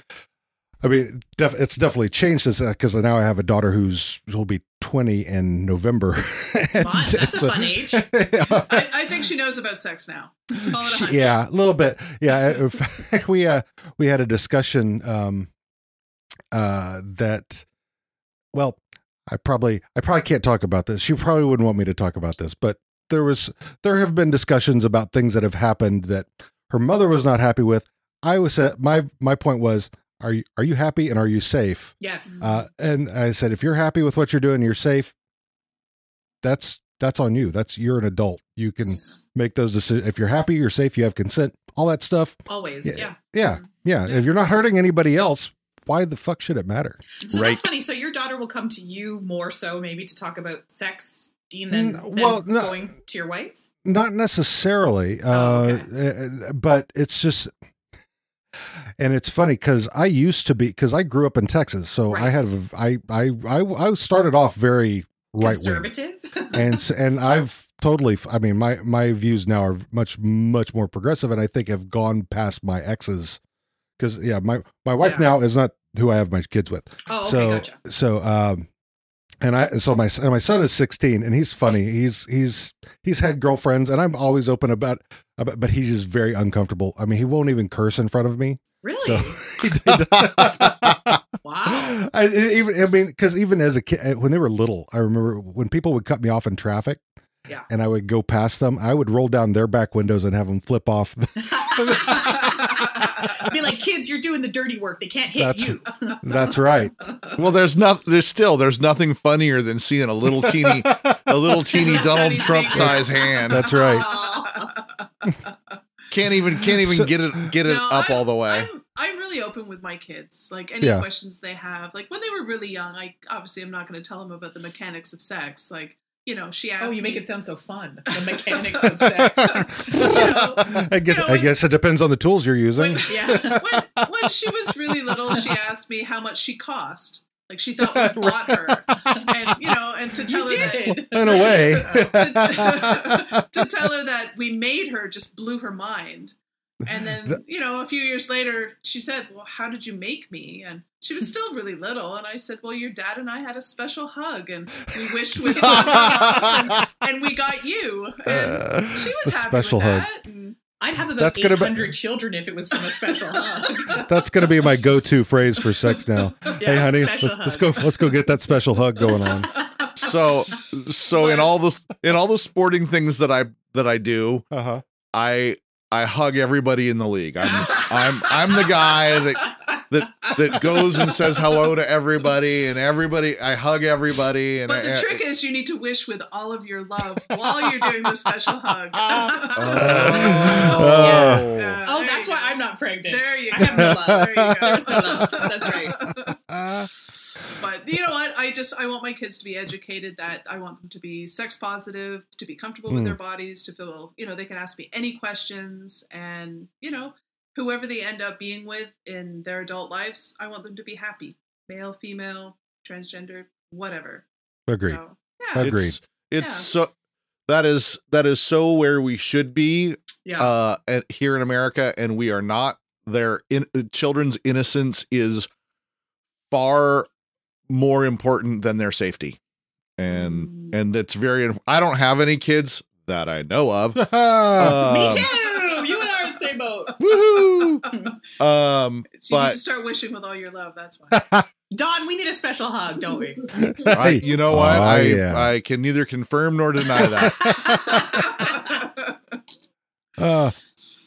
I mean, def- it's definitely changed since because now I have a daughter who's who'll be 20 in November. And Fun. That's a so- fun age. I, I think she knows about sex now. Call it a hunch. yeah, a little bit. Yeah, in fact, we uh we had a discussion um uh that well, I probably I probably can't talk about this. She probably wouldn't want me to talk about this, but there was there have been discussions about things that have happened that her mother was not happy with. I was uh, my my point was are you are you happy and are you safe? Yes. Uh, and I said, if you're happy with what you're doing, you're safe. That's that's on you. That's you're an adult. You can make those decisions. If you're happy, you're safe, you have consent, all that stuff. Always. Yeah. Yeah. Yeah. Yeah. If you're not hurting anybody else, why the fuck should it matter? So Right. that's funny. So your daughter will come to you more so maybe to talk about sex, Dean, than, Mm, than well, no. going to your wife. Not necessarily. Oh, uh, uh, but it's just, and it's funny because I used to be, because I grew up in Texas. So I Right. have, I, I, I, I started off very right wing. Conservative. and s- and I've totally. I mean, my my views now are much much more progressive, and I think have gone past my exes. Because yeah, my my wife Yeah. now is not who I have my kids with. oh, okay, so gotcha. so um, and I so my and my son is sixteen, and he's funny. He's he's he's had girlfriends, and I'm always open about about, but he's just very uncomfortable. I mean, he won't even curse in front of me. Really? wow. I I- even I mean, because even as a kid, uh, when they were little, I remember when people would cut me off in traffic. Yeah. And I would go past them. I would roll down their back windows and have them flip off. Be like, kids, you're doing the dirty work. They can't hit That's- you. That's right. Well, there's not. There's still. There's nothing funnier than seeing a little teeny, a little teeny Donald Tiny Trump finger. size hand. That's right. Aw. Can't even. Can't even So- get it. Get it No, up I'm- all the way. I'm, I'm really open with my kids. Like any Yeah. questions they have. Like when they were really young, I obviously I'm not going to tell them about the mechanics of sex. Like you know, she asked. Oh, you make me- it sound so fun. The mechanics of sex. I guess. know, I when- guess it depends on the tools you're using. yeah. when, when she was really little, she asked me how much she cost. Like she thought we bought her, and you know, and to You tell her that did. In a way. to tell her that we made her just blew her mind. And then, you know, a few years later, she said, Well, how did you make me? And she was still really little. And I said, Well, your dad and I had a special hug and we wished we and we got you. And she was A happy Uh, special with hug. that. And I'd have about That's gonna eight be- hundred children if it was from a special hug. That's going to be my go-to phrase for sex now. hey, honey, let's, special let's go. hug. Let's go get that special hug going on. So so in all the in all the sporting things that I that I do, Uh huh. I I hug everybody in the league. I'm I'm I'm the guy that that that goes and says hello to everybody and everybody I hug everybody and But the I- uh, trick is you need to wish with all of your love while you're doing the special hug. Oh. Oh. Yeah. Oh, There that's you why go. I'm not pregnant. There you I go. have no love. There you go. There's no love. That's right. Uh, But you know what? I just I want my kids to be educated that I want them to be sex positive, to be comfortable with Hmm. their bodies, to feel you know they can ask me any questions, and you know whoever they end up being with in their adult lives, I want them to be happy, male, female, transgender, whatever. Agreed. So yeah, Agreed. It's, it's Yeah. so that is that is so where we should be Yeah. uh at, here in America and we are not their in, uh, children's innocence is far more important than their safety and Mm. and it's very I don't have any kids that I know of Me Um, too. You and I are in the same boat. woohoo um so you but need to start wishing with all your love. That's why. Don, we need a special hug, don't we? I, you know what Oh, I yeah. I can neither confirm nor deny that Uh,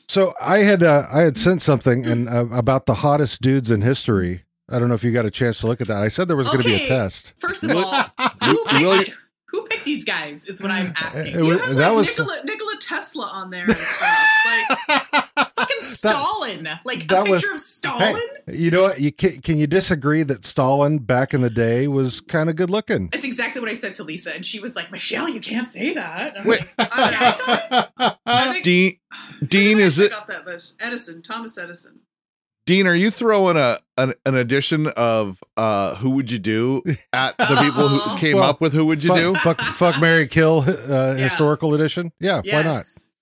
so I had uh, I had sent something and uh, about the hottest dudes in history. I don't know if you got a chance to look at that. I said there was going to be Okay. a test. First of all, who picked, Will you- who picked these guys is what I'm asking. It You was- You have that like was Nikola, Nikola Tesla on there and stuff. Like, fucking Stalin. like a that picture was- of Stalin? Hey, you know what? You can, can you disagree that Stalin back in the day was kind of good looking? That's exactly what I said to Lisa, and she was like, "Michelle, you can't say that." And I'm Wait. like, "Yeah, Don." I think- Dean Dean I is it forgot that list. Edison, Thomas Edison. Dean, are you throwing a an, an edition of uh, "Who Would You Do" at the people who Uh-oh. came Well, up with "Who Would You fuck, Do"? fuck, fuck, Mary, kill uh, Yeah. historical edition. Yeah, why not? yes.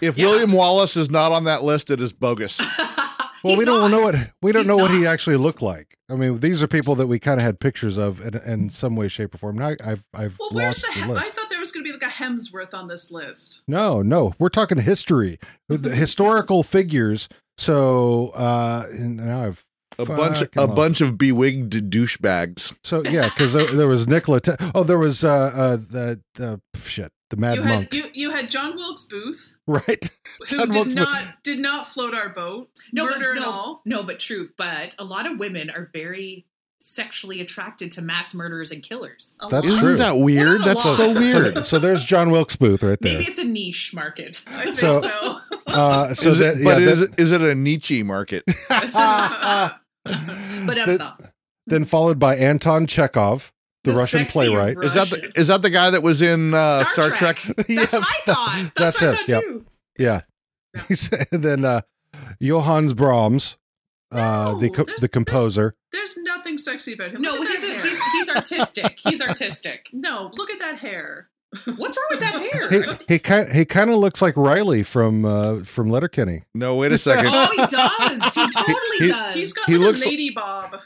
If yeah. William Wallace is not on that list, it is bogus. Well, He's we don't not. know what we don't He's know what he not. actually looked like. I mean, these are people that we kind of had pictures of in, in some way, shape, or form. Now I've I've Well, where's lost the? the, He- I list. thought there was going to be like a Hemsworth on this list. No, no, we're talking history, the historical figures. So uh, and now I've A bunch, Fucking a hell. bunch of bewigged douchebags. so yeah because there, there was Nikola. Te- oh, there was uh, uh the the shit the Mad you Monk, had you, you had John Wilkes Booth, right? who John did Wilkes Booth. not did not float our boat, No, but- murder no, and all. No, but true. But a lot of women are very sexually attracted to mass murderers and killers. A That's lot. Isn't true. that weird? Well, That's not a so lot. weird. So there's John Wilkes Booth right there. Maybe it's a niche market. I think So- so. Uh, so Is that, it- yeah, but that- is it, is it a niche market? uh, Ah, But um, That- then followed by Anton Chekhov, the, The Russian sexy playwright. Ru- Is that the, is that the guy that was in uh, Star, Star Trek? Trek. Yes, that's what I thought. that's That's, what I it, thought yep. too. Yeah. Yeah. He said- and then uh, Johannes Brahms, uh, the No, co- there's- the composer. There's nothing sexy about him. No, look at he's, that a, hair. he's he's artistic. He's artistic. no. Look at that hair. What's wrong with that hair? He he kind he kind of looks like Riley from uh, from Letterkenny. No, wait a second. oh, he does. He totally He- does. He's got He like looks- a lady bob.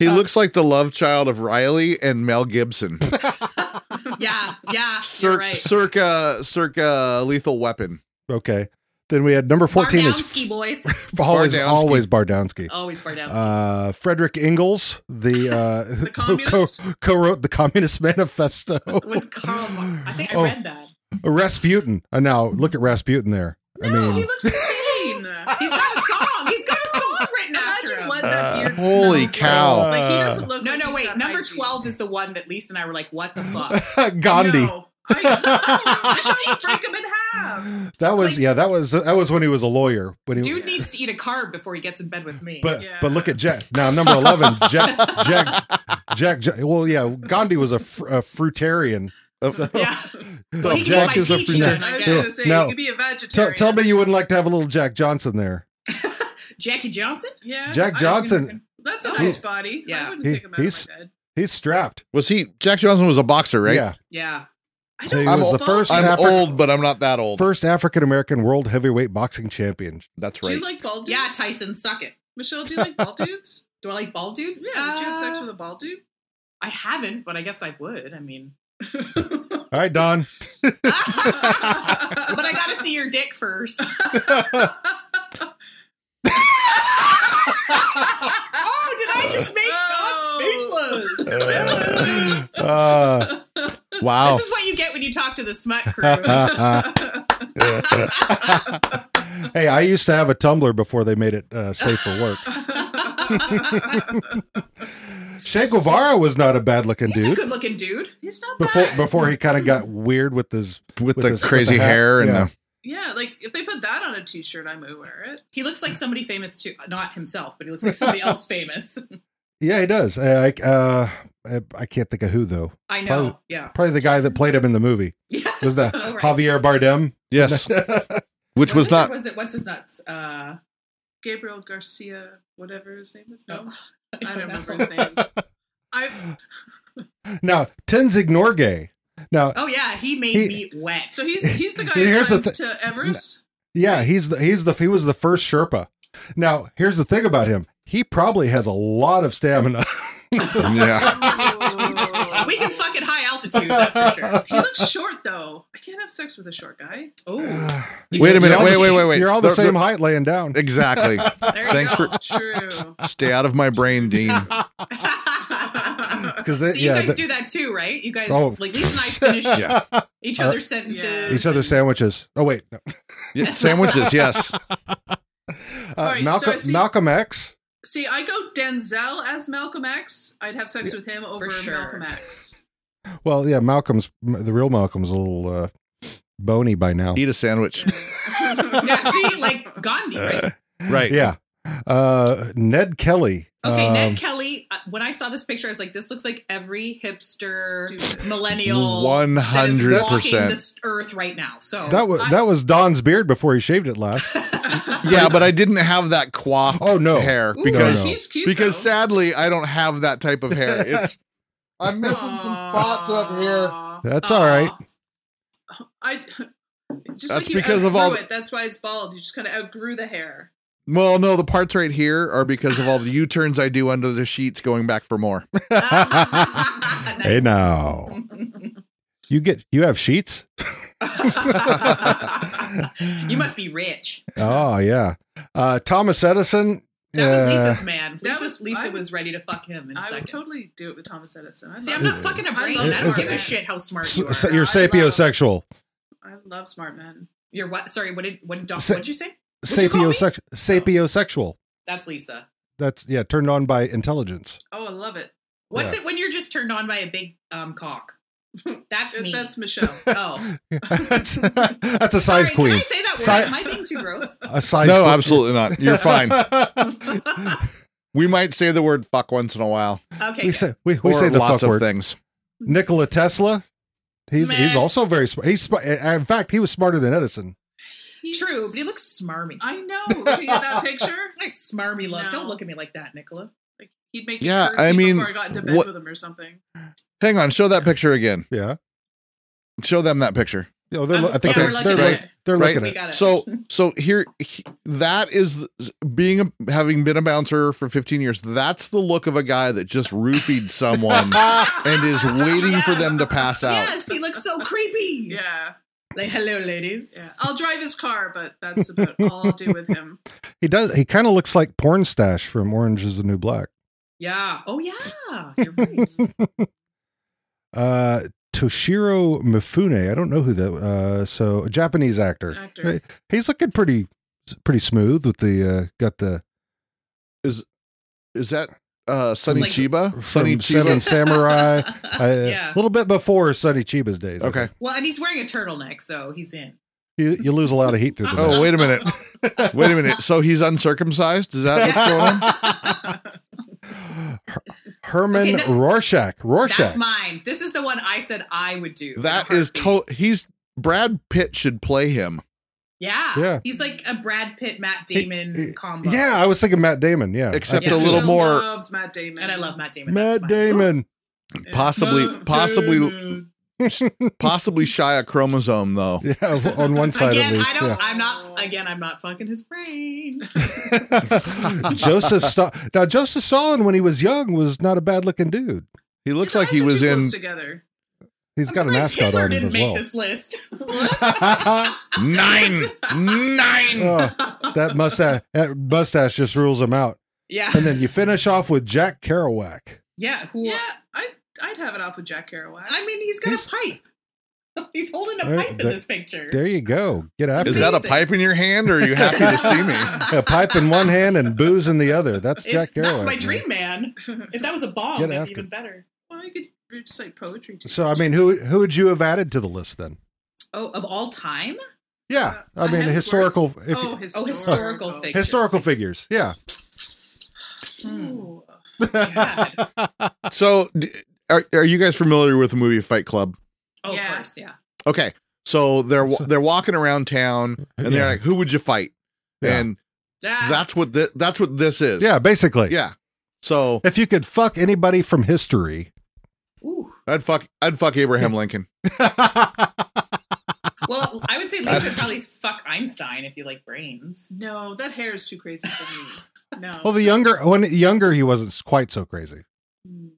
He looks like the love child of Riley and Mel Gibson, yeah, yeah. Cir- you're right. circa circa Lethal Weapon. okay. Then we had number fourteen Barnowski, is boys. always Bardowski. always Bardowski. Always Bardowski. Uh, Frederick Ingalls, the, uh, The who co- communist? co-wrote the Communist Manifesto. with Karl Marx. I think I Oh. read that. Rasputin. Uh, now look at Rasputin there. I mean, he looks insane. He's got a song. He's got a song written after Imagine him. what that Uh, beard holy smells cow. Like. like he doesn't look. No, like no, he's wait. got Number hygiene. 12 is the one that Lisa and I were like, what the fuck? Gandhi. No. I, I should break him in half. That was Like- yeah. That was that was when he was a lawyer. When he Dude needs to eat a carb before he gets in bed with me. but Yeah. but look at Jack now number eleven. Jack Jack Jack. Jack well, yeah. Gandhi was a, fr- a fruitarian. yeah. The he Jack can get is a my peach fruit- then, I I So- was going guess. to say no. you could be a Tell vegetarian. tell me you wouldn't like to have a little Jack Johnson there. Jackie Johnson? yeah, Jack I- Johnson. That's a Oh. nice body. I Yeah. wouldn't He- pick him out he's- of my bed. He's strapped. Was he Jack Johnson was a boxer, right? Yeah. Yeah. I So don't he know. I'm was the Well, first I'm Afri- old, but I'm not that old. first African American world heavyweight boxing champion. That's Do right. you like bald dudes? Yeah, Tyson, suck it. Michelle, do you like bald dudes? Do I like bald dudes? Yeah. Did you have sex Uh, with a bald dude? I haven't, but I guess I would. I mean, All right, Don. but I got to see your dick first. oh, did I just make Oh. Don speechless? Uh, wow. This is what you get when you talk to the smut crew. hey, I used to have a Tumblr before they made it uh, safe for work. Che Guevara was not a bad looking He's a dude good looking dude. He's not before bad. before he kind of got weird with his with, the his- crazy hat. hair and Yeah. the yeah, like if they put that on a T-shirt, I might wear it. He looks like somebody famous too. Not himself, but he looks like somebody else famous. yeah, he does. I I, uh, I I can't think of who though. I know. Probably- yeah. Probably the guy that played him in the movie. Yes. Was that all right. Javier Bardem? yes, which was Was it, or not Was it? What's his nuts? Uh, Oh, Gabriel Garcia, whatever his name is. No, I Oh, I don't don't remember know. his name. I now Tenzig Norgay. Now, Oh yeah, he made He- me wet. so he's he's the guy who Here's the climbed to Everest. yeah, he's the he's the he was the first Sherpa. Now, here's the thing about him. He probably has a lot of stamina. yeah we can fuck at high altitude, that's for sure. He looks short though. I can't have sex with a short guy. Oh, Wait a You're minute, all wait, the- wait, wait, wait. You're all the The- the- same height laying down. exactly. there you Thanks go. for- True. Stay out of my brain, Dean. Because so you guys do that too, right? You guys, Oh. like, Lisa and I finish Yeah. each Uh, other's sentences. do- each other's sandwiches. Oh wait, no. Yeah, Sandwiches, yes. uh, right, so I Malcolm, see- Malcolm X. See, I go Denzel as Malcolm X. I'd have sex with him over sure. Malcolm X. Well, yeah, Malcolm's the real Malcolm's a little uh, bony by now. Eat a sandwich. Yeah, see, like Gandhi, right? Right. Yeah, uh, Ned Kelly. Okay, um, Ned Kelly. uh, When I saw this picture, I was like, "This looks like every hipster Dude. millennial One that is hundred walking percent. this earth right now." So That was I- that was Don's beard before he shaved it last. Yeah, but I didn't have that coiffed Oh, no. hair Ooh, because no. he's cute because though. sadly I don't have that type of hair. It's I'm missing some spots up here. Aw. That's all right. I just That's like you because of all outgrew it. That's why it's bald. You just kind of outgrew the hair. Well, no, the parts right here are because of all the U-turns I do under the sheets going back for more. Hey Nice. now, you get you have sheets. you must be rich. Oh yeah, uh, Thomas Edison. That was uh, Lisa's man. That Lisa, was- Lisa I- was ready to fuck him in a I would second. totally do it with Thomas Edison. I See, love I'm not this. fucking a I brain. love I This don't is- Mark give a Maron. shit how smart you are. s- s- you're sapiosexual. I love smart men. You're what? Sorry, what did what did Doc? Sa- What did you say? What'd you call me? Sapiosex- sapiosexual. That's Lisa. That's yeah, turned on by intelligence. Oh, I love it. What's Yeah. it when you're just turned on by a big um cock? That's That- me. That's Michelle. oh, that's, that's a size sorry. queen. Can I say that word? Si- Am I being too gross? a size no, queen. absolutely not. You're fine. We might say the word fuck once in a while. Okay. we good. say we, we or say the fuck lots of word. things. Nikola Tesla. He's he's Meh. also very smart. He's sp- in fact he was smarter than Edison. He's- True, but he looks smarmy. I know. Looking at that picture, Like smarmy look. No. Don't look at me like that, Nicola. like he'd make Yeah, yeah. I mean, before I got into bed what- with him or something. Hang on, show that picture again. Yeah. Show them that picture. You know, they're, I'm- lo- I think yeah, they're, we're they're, looking look- at it. they're Right. looking We at it. got it. So so here he- that is being a, having been a bouncer for 15 years. That's the look of a guy that just roofied someone and is waiting for them to pass uh, out. yes, he looks so creepy. Yeah, Like, hello, ladies. yeah. I'll drive his car, but that's about all I'll do with him. He does. He kind of looks like porn stash from Orange Is the New Black. Yeah. Oh, yeah. You're right. Uh, Toshiro Mifune. I don't know who that. Uh, so a Japanese actor. Uh. Actor. He's looking pretty pretty smooth with the uh, got the Is that uh Sonny Like- Chiba? Sonny from Seven Chiba. Samurai. Uh, yeah. A little bit before Sonny Chiba's days. Okay. Well, and he's wearing a turtleneck, so he's in. You, you lose a lot of heat through the Oh, wait a minute. Wait a minute. So he's uncircumcised? Is that what's going on? Her- Herman Okay, no- Rorschach. Rorschach. That's mine. This is the one I said I would do. That is to he's Brad Pitt should play him. Yeah. Yeah. He's like a Brad Pitt, Matt Damon He- he- combo. Yeah, I was thinking Matt Damon. Yeah, Except a Absolutely. little Michelle more- Loves Matt Damon, And I love Matt Damon. Matt that's mine. Damon. Yeah. Possibly Matt possibly Damon. possibly shy a chromosome though. Yeah, on one side Again, at least. I don't. yeah. I'm not. Again, I'm not fucking his brain. Joseph Stalin. Now, Joseph Stalin, when he was young, was not a bad looking dude. He looks His like he eyes are was too in close together. He's I'm got a surprised mascot Hitler on him didn't as make well. this list. Nine, nine. Oh, that mustache, that mustache just rules him out. yeah, And then you finish off with Jack Kerouac. yeah. Who? Yeah, I I'd have it off with Jack Kerouac. I mean, he's got He's- a pipe. He's holding a There- pipe in there- this picture. There you go. Get after Is it. that a Amazing. pipe in your hand, or are you happy to see me? a pipe in one hand and booze in the other. That's It's- Jack Kerouac. that's my man. dream, man. If that was a bomb, Get that'd be after even better. Well, you could recite poetry to So I mean, who who would you have added to the list then? Oh, of all time? Yeah, Uh, I mean Hemsworth. historical if, oh, Oh, historical. historical thing. historical figures. Yeah. Hmm. Ooh. God. So, d- are, are you guys familiar with the movie Fight Club? Oh, Yeah. of course, yeah. Okay, so they're wa- So- they're walking around town, Yeah. and they're like, "Who would you fight?" Yeah. And Ah, that's what thi- that's what this is. yeah, basically. yeah. So If you could fuck anybody from history, ooh. I'd fuck I'd fuck Abraham Lincoln. Well, I would say Lisa would probably fuck Einstein if you like brains. No, that hair is too crazy for me. No. well, the younger when younger he wasn't quite so crazy. Mm.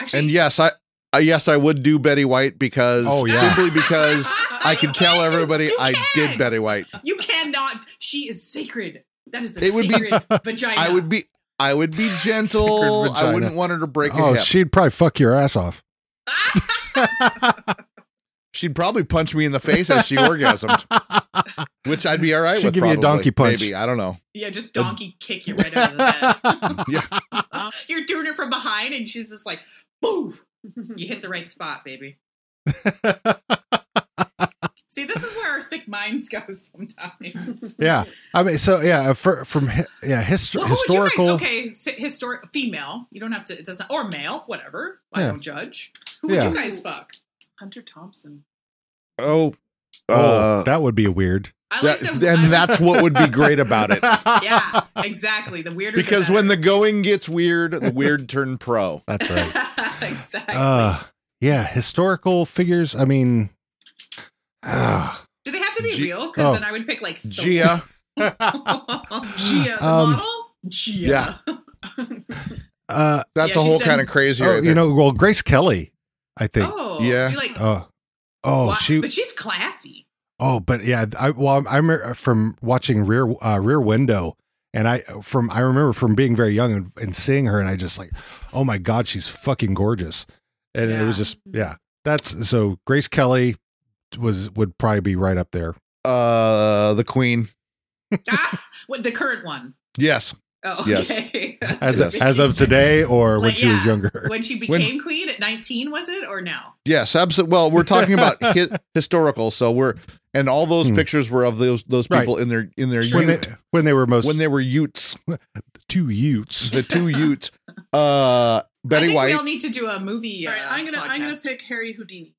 Actually, And yes, I, I yes I would do Betty White because Oh, yeah. simply because I You could tell can't do- everybody you I did can't. Betty White. You cannot. She is sacred. That is a It would be- sacred vagina. I would be I would be gentle. Sacred I vagina. wouldn't want her to break a Oh, hip. she'd probably fuck your ass off. Ah! She'd probably punch me in the face as she orgasmed, which I'd be all right She'd with. give you a probably. donkey punch. Maybe I don't know. Yeah, just donkey kick you right out of the Yeah. bed. Uh, You're doing it from behind, and she's just like, "Boof!" You hit the right spot, baby. See, this is where our sick minds go sometimes. yeah, I mean, so yeah, uh, for, from hi- yeah hist- Well, who historical. would you guys? Okay, si- historic female. You don't have to. It doesn't or male, whatever. I Yeah. don't judge. Who would Yeah. you guys fuck? Hunter Thompson. Oh, Oh, uh, that would be weird. I that, like the I and like- that's what would be great about it. yeah, exactly. The weirder Because the when the going gets weird, the weird turn pro. That's better. right. exactly. Uh, yeah, historical figures. I mean, ah, Do they have to be G- real? Because oh. then I would pick like Thor. Gia, Gia, the Um, model. Gia. Yeah. uh, that's Yeah, a she's whole done- kind of crazy. oh, right you there. know, well, Grace Kelly, I think. Oh, Yeah. She like. Oh, oh, wa- she. But she's classy. oh, but yeah, I well, I remember from watching Rear uh, Rear Window, and I uh, from I remember from being very young and, and seeing her, and I just like, oh my god, she's fucking gorgeous, and it was Yeah. just yeah. That's so Grace Kelly was would probably be right up there. uh, the queen. ah, what the current one? Yes. Oh, Yes. okay. As, Just as of making today, or when Like, she was yeah. younger. sure. when she When- became queen at nineteen, was it or no? Yes, absolutely. Well, we're talking about hi- historical, so we're and all those Hmm. pictures were of those those Right. people in their in their when they, ute when they were most when they were Utes, two Utes. the two Utes. Uh, I Betty think we White. all need to do a movie. All right, uh, I'm gonna I'm gonna podcast. pick Harry Houdini.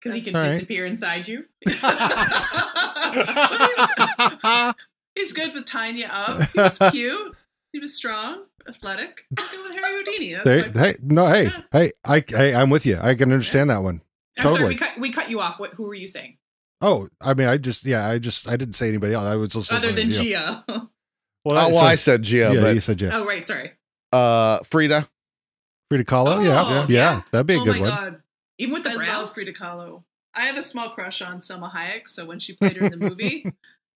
Because he can All right. disappear inside you. He's good with tying you up. He was cute. He was strong, athletic. Let's go with Harry Houdini. That's There- my hey, no, hey, Yeah. hey, I, hey, I'm with you. I can understand that one. I'm sorry, Totally. we cut, we cut you off. What, who were you saying? Oh, I mean, I just, yeah, I just, I didn't say anybody else. I was just Other listening than to you. Gia. Well, oh, I- well, I said yeah, Gia, you said yeah. Oh, right. Sorry. but uh, Frida. Frida Kahlo, Oh, yeah, yeah, yeah. that'd be a oh good my one. god, Even with the I brow. love Frida Kahlo. I have a small crush on Selma Hayek, so when she played her in the movie,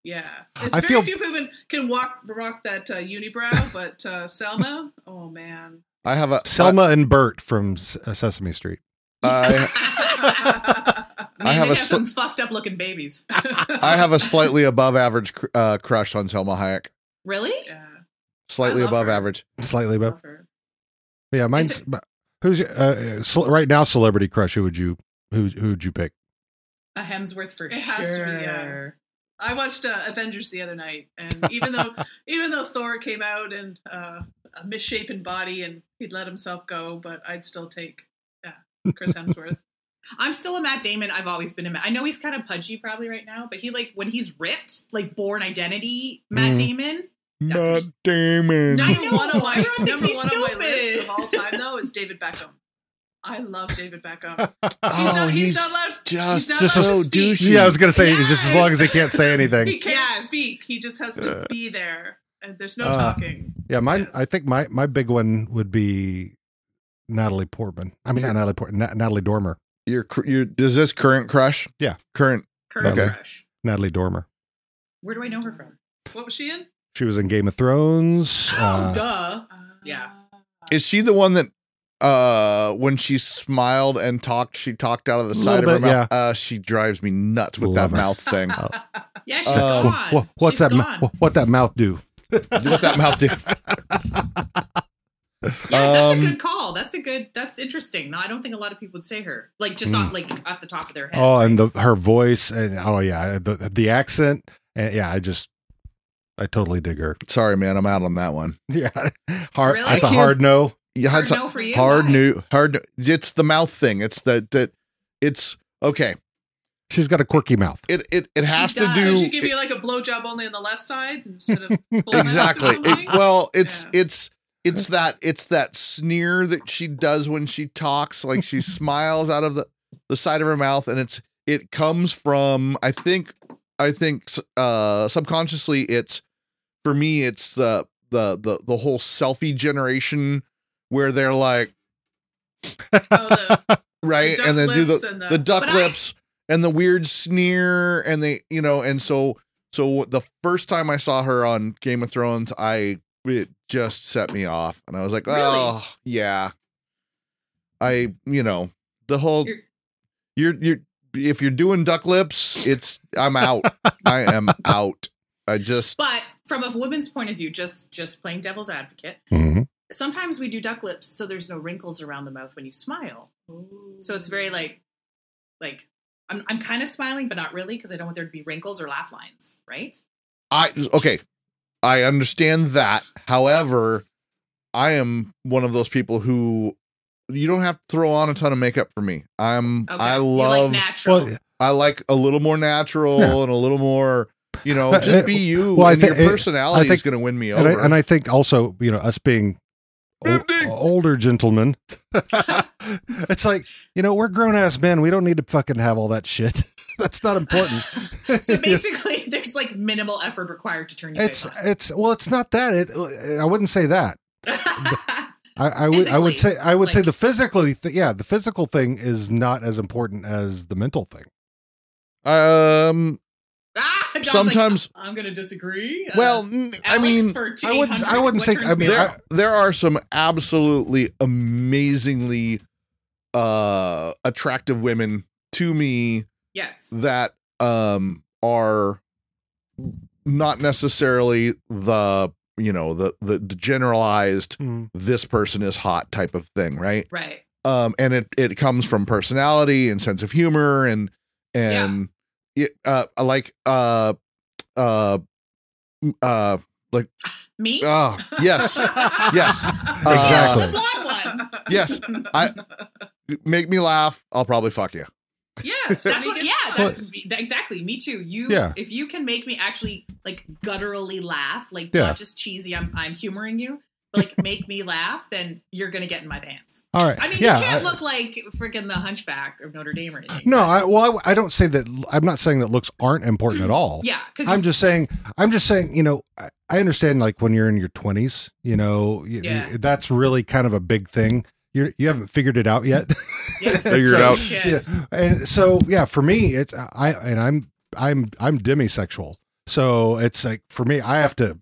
yeah, There's I very feel- few people can walk rock that uh, unibrow, but uh, Selma, oh man, I have a Selma and Bert from S- uh, Sesame Street. I, I Man, have they a have sl- some fucked up looking babies. I have a slightly above average cr- uh, crush on Selma Hayek. really? yeah, Slightly I love above her. average. Slightly above. love her. Yeah, mine's. but Who's uh, uh, cel- right now? Celebrity crush? Who would you? Who who would you pick? A Hemsworth for It sure. has to be, yeah. I watched uh, Avengers the other night, and even though even though Thor came out in uh, a misshapen body and he'd let himself go, but I'd still take yeah Chris Hemsworth. I'm still a Matt Damon. I've always been a Matt. I know he's kind of pudgy probably right now, but he like when he's ripped, like Born Identity, Matt Mm. Damon. That's Matt me. Damon. No, I know. One of my, Everyone thinks number he's one on my stupid. list of all time though is David Beckham. I love David Beckham. oh, not- he's he's, not allowed- just, he's not Just allowed to so speak. douchey. Yeah, I was gonna say just as long as they Yes. can't say anything. He can't Yes. speak. He just has Uh, to be there, and there's no Uh, talking. Yeah, mine. Yes. I think my my big one would be Natalie Portman. I mean, not Natalie Portman, Na- Natalie Dormer. Your cr- your does this current crush? Yeah. current. Current Okay. crush. Natalie Dormer. Where do I know her from? What was she in? She was in Game of Thrones. oh, uh, duh. Yeah. Uh, Is she the one that uh when she smiled and talked, she talked out of the Little side of her bit, mouth? Uh, she drives me nuts with Love that her. Oh. mouth thing. Yeah, Oh, she's Uh, wha- gone. wha- what's She's that? mou- gone. wha- what that mouth do? what that mouth do? yeah, that's Um, a good call. That's a good. That's interesting. No, I don't think a lot of people would say her. Like just on, like off the top of their head. Oh, and the her voice and oh yeah, the the accent and yeah, I just I totally dig her. Sorry, man, I'm out on that one. Yeah, hard. Really? That's a I can't- hard no. You hard had some no for you. hard Why? new hard. It's the mouth thing. It's the that. It's okay. She's got a quirky mouth. It it it She has to does. do. Did she give you like a blowjob only on the left side instead of full mouth or exactly something? It- well it's Yeah. it's it's that it's that sneer that she does when she talks like she smiles out of the the side of her mouth and it's it comes from i think i think uh subconsciously it's for me it's the the the, the whole selfie generation where they're like Oh, the- right The and then duck do lips the, and the, the- duck But I- lips and the weird sneer and they you know and so so the first time i saw her on game of thrones i it just set me off and i was like Really? oh yeah i you know the whole You're- you're you're if you're doing duck lips it's i'm out i am out i just But from a woman's point of view, just just playing devil's advocate, Mm-hmm. Mhm. sometimes we do duck lips so there's no wrinkles around the mouth when you smile. Oh. So it's very like, like I'm I'm kind of smiling, but not really because I don't want there to be wrinkles or laugh lines, right? I okay. I understand that. However, I am one of those people who you don't have to throw on a ton of makeup for me. I'm Okay. I You love like natural. Well, I like a little more natural Yeah. and a little more, you know, Uh, just uh, be you well, I and thi- your uh, personality I think- is going to win me and over. I, and I think also you know us being ol- Fifty. older gentlemen, it's like you know we're grown ass men. We don't need to fucking have all that shit. That's not important. so basically, there's like minimal effort required to turn you It's face on. it's well, it's not that. It, I wouldn't say that. I, I would I would Physically, say I would say like- the physically th- yeah the physical thing is not as important as the mental thing. um, ah, John's Sometimes- like, I'm going to disagree. Uh, well, n- I Alex mean, for I wouldn't- 200, I wouldn't what say- turns I mean, me I- on? there there are some absolutely amazingly uh attractive women to me yes, that um are not necessarily the you know the the, the generalized this person is hot type of thing right right. um and it it comes from personality and sense of humor and and it, uh like uh uh uh Me, Uh, oh yes yes uh, Exactly. the blonde one. yes i make me laugh i'll probably fuck you yes, That's what. Yeah, that's Close. that- exactly. Me too. You, Yeah. if you can make me actually like gutturally laugh, like Yeah. not just cheesy. I'm I'm humoring you, but like make me laugh, then you're gonna get in my pants. All right. I mean, yeah. you can't I- look like freaking the Hunchback of Notre Dame or anything. no, I, well, I, I don't say that. I'm not saying that looks aren't important at all. yeah, because I'm just saying. I'm just saying. You know, I, I understand. Like when you're in your 20s, you know, y- Yeah. y- that's really kind of a big thing. You you haven't figured it out yet. Figure it So- out. Shit. Yeah. And so yeah, for me, it's I and I'm I'm I'm demisexual. So it's like for me, I have to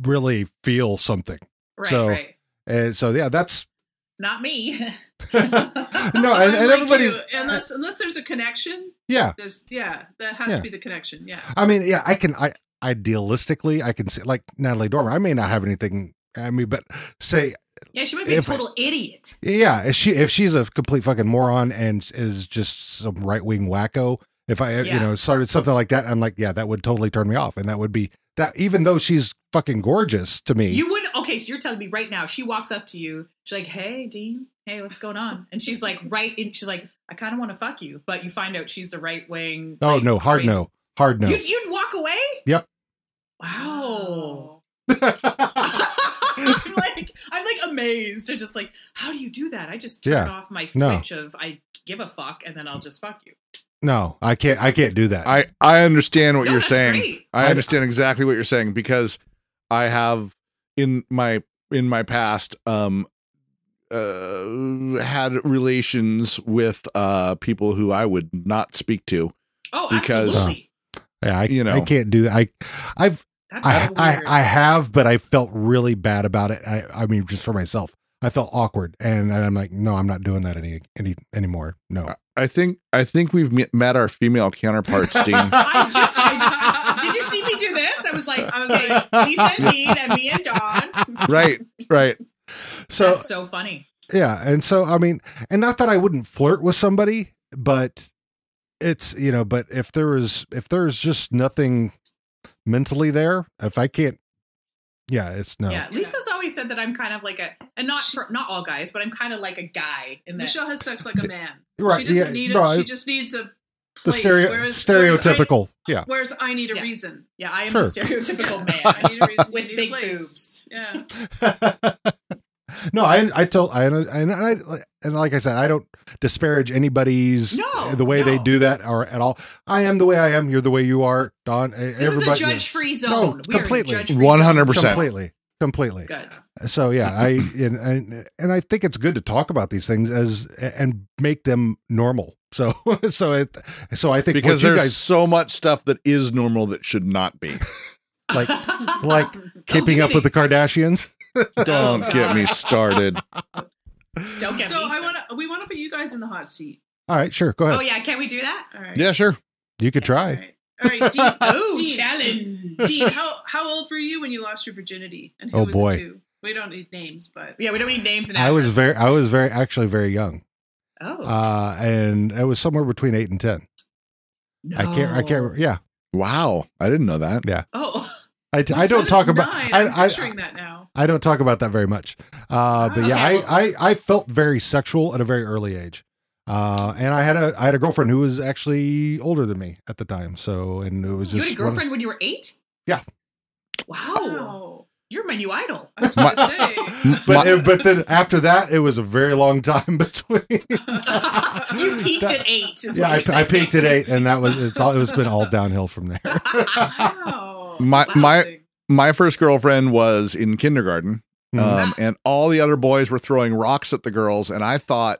really feel something. Right, So- right. And so yeah, that's Not me. no, and, and everybody's unless unless there's a connection. yeah. There's yeah, that has Yeah. to be the connection. Yeah, I mean, yeah, I can. I idealistically, I can see like Natalie Dormer. I may not have anything. I mean, but say yeah, she might be a If I- total idiot. yeah, if she if she's a complete fucking moron and is just some right wing wacko. If I you Yeah. know started something like that, I'm like, yeah, that would totally turn me off, and that would be that. Even though she's fucking gorgeous to me, You wouldn't. Okay, so you're telling me right now, she walks up to you. She's like, "Hey, Dean. Hey, what's going on?" And she's like, right in. She's like, "I kind of want to fuck you," but you find out she's a right wing. oh no, hard no, hard no. You'd, you'd walk away. Yep. Wow. I'm like, I'm like amazed. I'm just like, how do you do that? I just turn Yeah. off my No. switch of I give a fuck, and then I'll just fuck you. No, I can't. I can't do that. i i understand what No, you're that's saying great. I I- understand exactly what you're saying because I have in my in my past um uh, had relations with uh, people who I would not speak to. Oh, Because- uh, absolutely. Yeah, I, You know. I can't do that. I, I've, That's I, so I, weird. I have, but I felt really bad about it. I, I mean, just for myself, I felt awkward, and, and I'm like, no, I'm not doing that any, any anymore. No. I think I think we've met- met our female counterparts, Dean. I just- I- Did you see me do this? I was like, I was like, Lisa and Dean and me and Dawn. right, right. So That's so funny. Yeah, and so I mean, and not that I wouldn't flirt with somebody, but it's you know, but if there is if there is just nothing mentally there, if I can't, yeah, it's no. Yeah, Lisa's always said that I'm kind of like a, and not for, not all guys, but I'm kind of like a guy in that. Michelle has sex like a man. Right, She doesn't yeah, need it. no, I- she just needs a the place. stereo stereotypical. yeah, Whereas I, whereas I need a Yeah. reason. Yeah, I am Sure. a stereotypical I man need a reason. with you need big a place. boobs. Yeah. no, I I told I and I and like I said, I don't disparage anybody's No, the way they no. do that or at all. I am the way I am. You're the way you are, Don. e, This is a judge-free zone. No, we completely. are in a judge-free one hundred yeah, percent. completely, completely. Zone. Good. So yeah, I and, and and I think it's good to talk about these things as and make them normal. So so it so I think Because what you there's guys so much stuff that is normal that should not be. like like keeping up with the Kardashians. Don't get me started. Don't get So me. I want to. We want to put you guys in the hot seat. All right, sure, go ahead. Oh yeah, can we do that? All right. Yeah, sure. You could All try. right. All right, Dean. Oh, Dean, challenge. Dean, how how old were you when you lost your virginity, and who Oh, was boy. it to? We don't need names, but Yeah, we don't need names. And I was very addresses. I was very actually very young. Oh Uh and it was somewhere between 8 and 10. no. I can't I Oh. can't re- yeah. Wow, I didn't know that. Oh, I, You I don't said talk it's about Nine. I, I'm I picturing that now. I don't talk about that very much. Uh, but yeah, Okay, I, I, I felt very sexual at a very early age. Uh, and I had a I had a girlfriend who was actually older than me at the time. So and it was you just had a one- girlfriend when you were eight? Yeah. Wow, Wow. you're my new idol. Oh, I was going to say. but it- but then after that it was a very long time between. you peaked That- at eight. Is yeah, what you're I, I saying. peaked at eight, and that was it's all it's been all downhill from there. Wow. My- That's my- amazing. My first girlfriend was in kindergarten, um, and all the other boys were throwing rocks at the girls, and I thought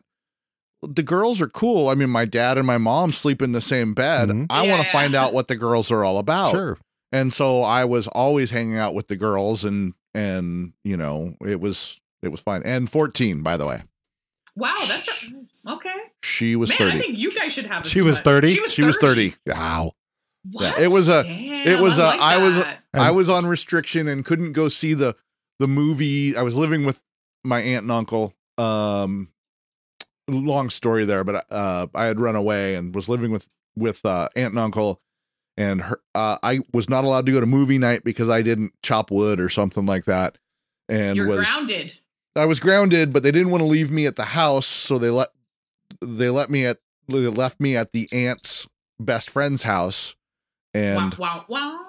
the girls are cool. I mean, my dad and my mom sleep in the same bed. Mhm. I want to Yeah. find out what the girls are all about. Uh, sure. and so I was always hanging out with the girls, and and you know it was it was fine. And fourteen, by the way, Wow, that's Nice. a, okay. she was Man, I thirty. think you guys should have. A She was sweat. 30? She was She was thirty. Wow. What? Yeah, it was a- Damn, it was I a- like I was- that. And- I was on restriction and couldn't go see the the movie. I was living with my aunt and uncle. Um, long story there, but uh, I had run away and was living with with uh, aunt and uncle, and her, uh, I was not allowed to go to movie night because I didn't chop wood or something like that, and You're was grounded. I was grounded, but they didn't want to leave me at the house, so they let they let me at they left me at the aunt's best friend's house, and wow, wow, wow.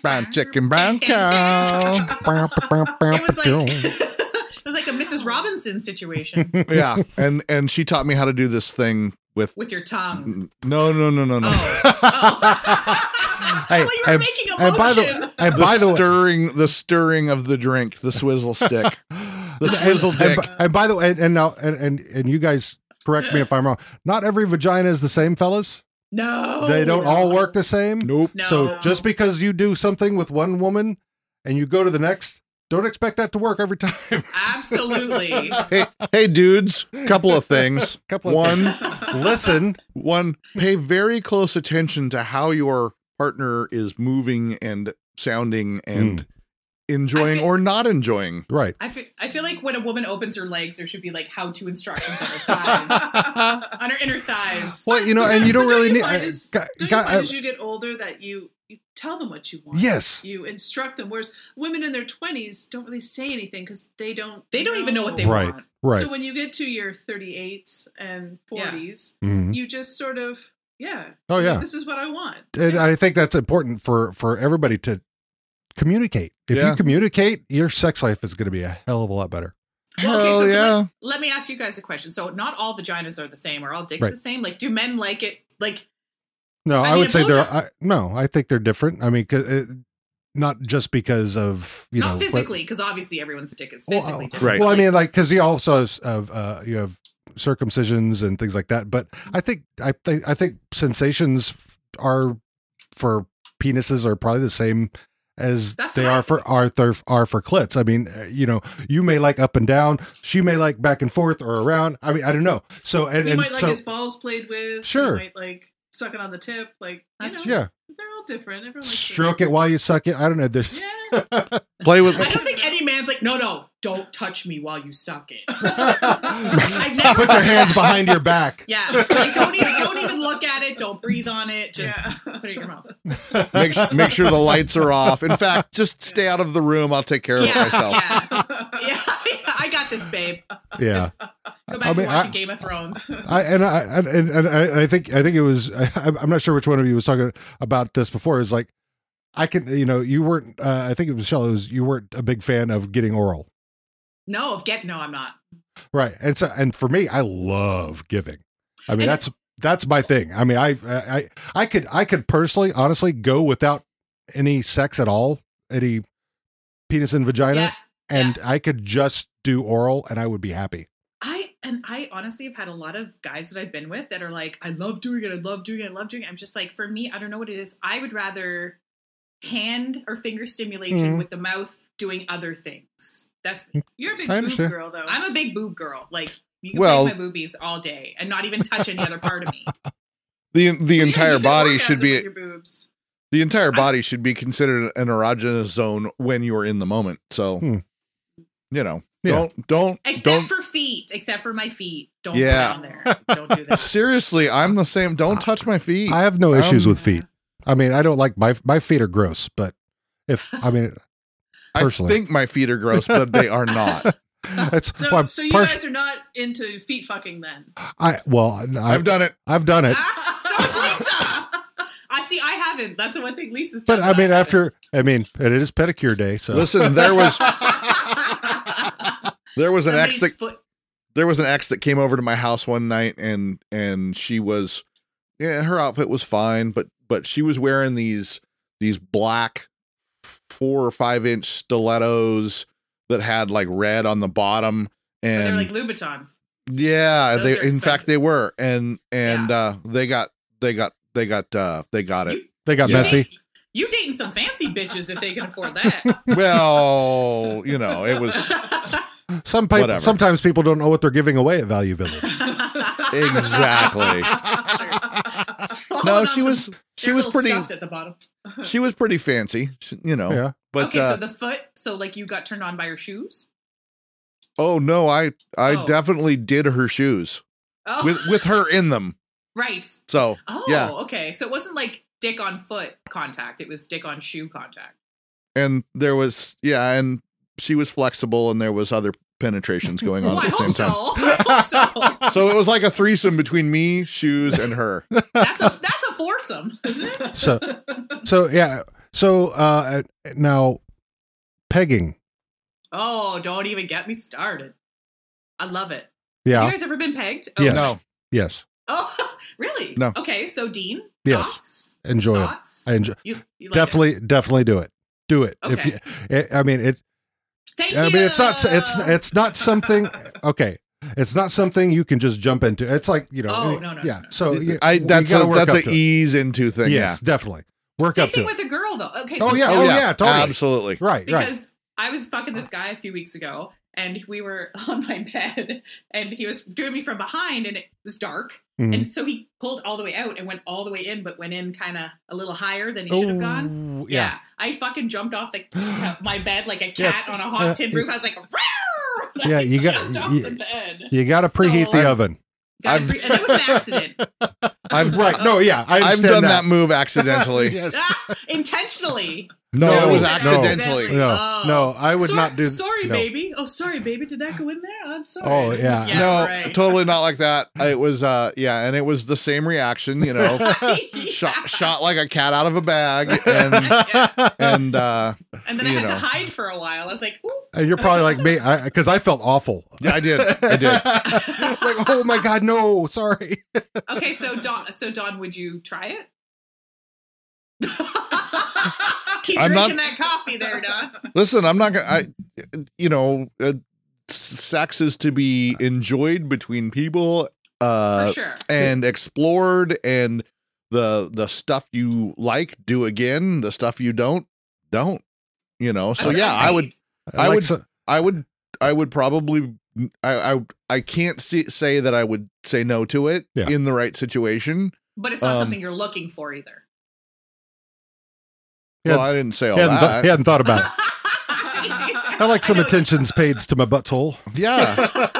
brown chicken brown cow. It was was like it was like a Mrs. Robinson situation yeah and and she taught me how to do this thing with with your tongue. no no no no no Oh, oh. Hey, well, you were and- making a and by the motion. and the by the way, stirring the stirring of the drink the swizzle stick the swizzle and, dick by- and by the way, and, and now and, and and you guys correct me if I'm wrong. Not every vagina is the same, fellas. Oh, No, they don't all work the same. nope No. So just because you do something with one woman and you go to the next, don't expect that to work every time. absolutely. hey hey dudes couple of things Couple of one Listen, one pay very close attention to how your partner is moving and sounding and I enjoying think- or not enjoying right? I feel, I feel like when a woman opens her legs, there should be like how to instructions on her thighs, on her inner thighs. Well, you know, and you But don't really need. find I- as- got- don't got- uh, you find I- as you get older that you, you tell them what you want? Yes. You instruct them. Whereas women in their 20s don't really say anything because they don't. They don't even know what they Right. want. Right. So when you get to your 38s and 40s, Mhm. you just sort of, yeah. Oh, yeah. This is what I want. and I think that's important for for everybody to communicate. If Yeah. you communicate, your sex life is going to be a hell of a lot better. Well, okay, so Hell yeah let, let me ask you guys a question. So, not all vaginas are the same, or all dicks Right. the same. Like, do men like it? Like, No, I I, mean, would a say they're blowjob- I, no. I think they're different. I mean, 'cause, uh, not just because of you Not know what- physically, because obviously everyone's dick is Well, physically uh, different. Right. Well, I Like, mean, like because you also have, have, uh, you have circumcisions and things like that. But Mm-hmm. I think I think I think sensations are for penises are probably the same as That's they right. are for are thir- are for clits. I mean, uh, you know, you may like up and down, she may like back and forth or around. I mean, I don't know. So and, He and might like so his balls played with. Sure. He might like suck it on the tip. Like, you That's know, yeah, they're all different. Everyone likes stroke it while you suck it. I don't know. There's Yeah. yeah. Play with I don't think any man's like, no, no, don't touch me while you suck it. I never- put your hands behind your back. Yeah, like don't even don't even look at it. Don't breathe on it. Just put it in your mouth. make, s- make sure the lights are off. In fact, just stay out of the room. I'll take care of it Yeah, myself. yeah, yeah, I got this, babe. Yeah. Go back I to mean, watching I- Game of Thrones. I and I and, and, and I I think I think it was I, I'm- I'm not sure which one of you was talking about this before. Is like I can you know you weren't uh, I think it was Michelle. It was you weren't a big fan of getting oral, No, of get no, I'm not. right? And so and for me, I love giving. I mean And- that's that's my thing. I mean I I I- I could I could personally honestly go without any sex at all, any penis and vagina, Yeah, and I could just do oral and I would be happy. I and I honestly have had a lot of guys that I've been with that are like, I love doing it, I love doing it, I love doing it. I'm just like, for me, I don't know what it is. I would rather hand or finger stimulation Mhm. with the mouth doing other things. That's me. You're a big Mm, I boob understand. girl, though. I'm a big boob girl. Like you can Well- well, my boobies all day and not even touch any other part of me. The the Yeah, you entire can body orgasm should be with your boobs. the entire body should be considered an erogenous zone when you're in the moment. So, Hmm. you know, Yeah. don't don't Except don't. for feet. Except for my feet. Don't Yeah. put it on there. Don't do that. seriously, I'm the same. Don't touch my feet. I have no issues Um, with feet. I mean, I don't like my my feet are gross, but if I mean, I personally. think my feet are gross, but they are not. that's So, why so you pers- guys are not into feet fucking then? I well, I, I've have done done it. I've done it, so it's Lisa. I see I haven't. That's the one thing Lisa's but done. I mean, haven't. after I mean, it is pedicure day, so Listen, there was there was an ex that, Somebody's foot. there was an ex that came over to my house one night and and she was yeah, her outfit was fine, but but she was wearing these these black four or five inch stilettos that had like red on the bottom but and They're like Louboutins. yeah Those they are in fact expensive. they were and and uh they got they got they got uh they got it they got Yeah. messy. You dating some fancy bitches if they can afford that. well you know it was Some people, Whatever. sometimes people don't know what they're giving away at Value Village. exactly no she was she They're was Oh, a little pretty stuffed at the bottom. she was pretty fancy she- you know Yeah, but okay, uh, so the foot. So like you got turned on by her shoes. Oh no, I I Oh. definitely did her shoes Oh, with with her in them. right. So Oh, Yeah. okay. So it wasn't like dick on foot contact. It was dick on shoe contact. and there was yeah, and she was flexible, and there was other penetrations going on Well, Oh, I at the hope same time. so. I hope so. So it was like a threesome between me, shoes, and her. That's a that's a foursome, isn't it? so so yeah, so uh now pegging. Oh, don't even get me started. I love it. You Yeah. guys ever been pegged? Oh, Yes. No, Yes. Oh, really? No. Okay, so Dean. Yes. Thoughts? Enjoy it. Thoughts? I enjoy- You, you like Definitely, definitely do it. Do it. If Okay. you, it, I mean, it it? Thank I you. mean, it's not it's it's not something. Okay, it's not something you can just jump into. It's like you know. Oh, no, no, yeah. no, no. So you- I you that's gotta a work that's up a to it. ease into thing. Yes, definitely work Same up to thing it. with a girl though. Okay. Oh, so yeah. Yeah. Oh, yeah, totally. Absolutely. Right, right. because I was fucking this guy a few weeks ago, and we were on my bed, and he was doing me from behind, and it was dark, Mhm. and so he pulled all the way out and went all the way in, but went in kind of a little higher than he should have gone. Ooh, Yeah. I fucking jumped off the my bed like a Yeah. cat on a Uh, hot tin it- roof. I was like, "Roar!" Like, Yeah, you got- jumped off you- the bed. You got to preheat So- the oven. Got I've- it, and it was an accident, I've Right. No. Yeah. I I've understand done that, move accidentally. yes. Ah, intentionally. No. Yeah, it was no, accident. accidentally. No. No. I would Sorry- not do. Oh. Sorry, no. baby. Oh, sorry, baby. Did that go in there? I'm sorry. Oh, yeah. no, right. totally not like that. It was uh yeah, and it was the same reaction. You know, Yeah. shot shot like a cat out of a bag, and and uh And then I you had know. to hide for a while. I was like, ooh, And you're probably like me, because I, felt awful. Yeah, I did. I did. like, oh my god, no, sorry. okay. So Don, so Don, would you try it? Keep I'm not- drinking that coffee there, Don. Listen, I'm not gonna. I, you know, uh, sex is to be enjoyed between people, For uh, sure. and explored, and the the stuff you like, do again. The stuff you don't, don't. You know. So yeah, I would. I like would- so- I would I would probably I I, I can't see, say that I would say no to it Yeah. in the right situation. But it's not Um, something you're looking for either. Yeah. Well, I didn't say all he, hadn't that. thought- he hadn't thought about it. I like some know- attentions paid to my butthole. yeah,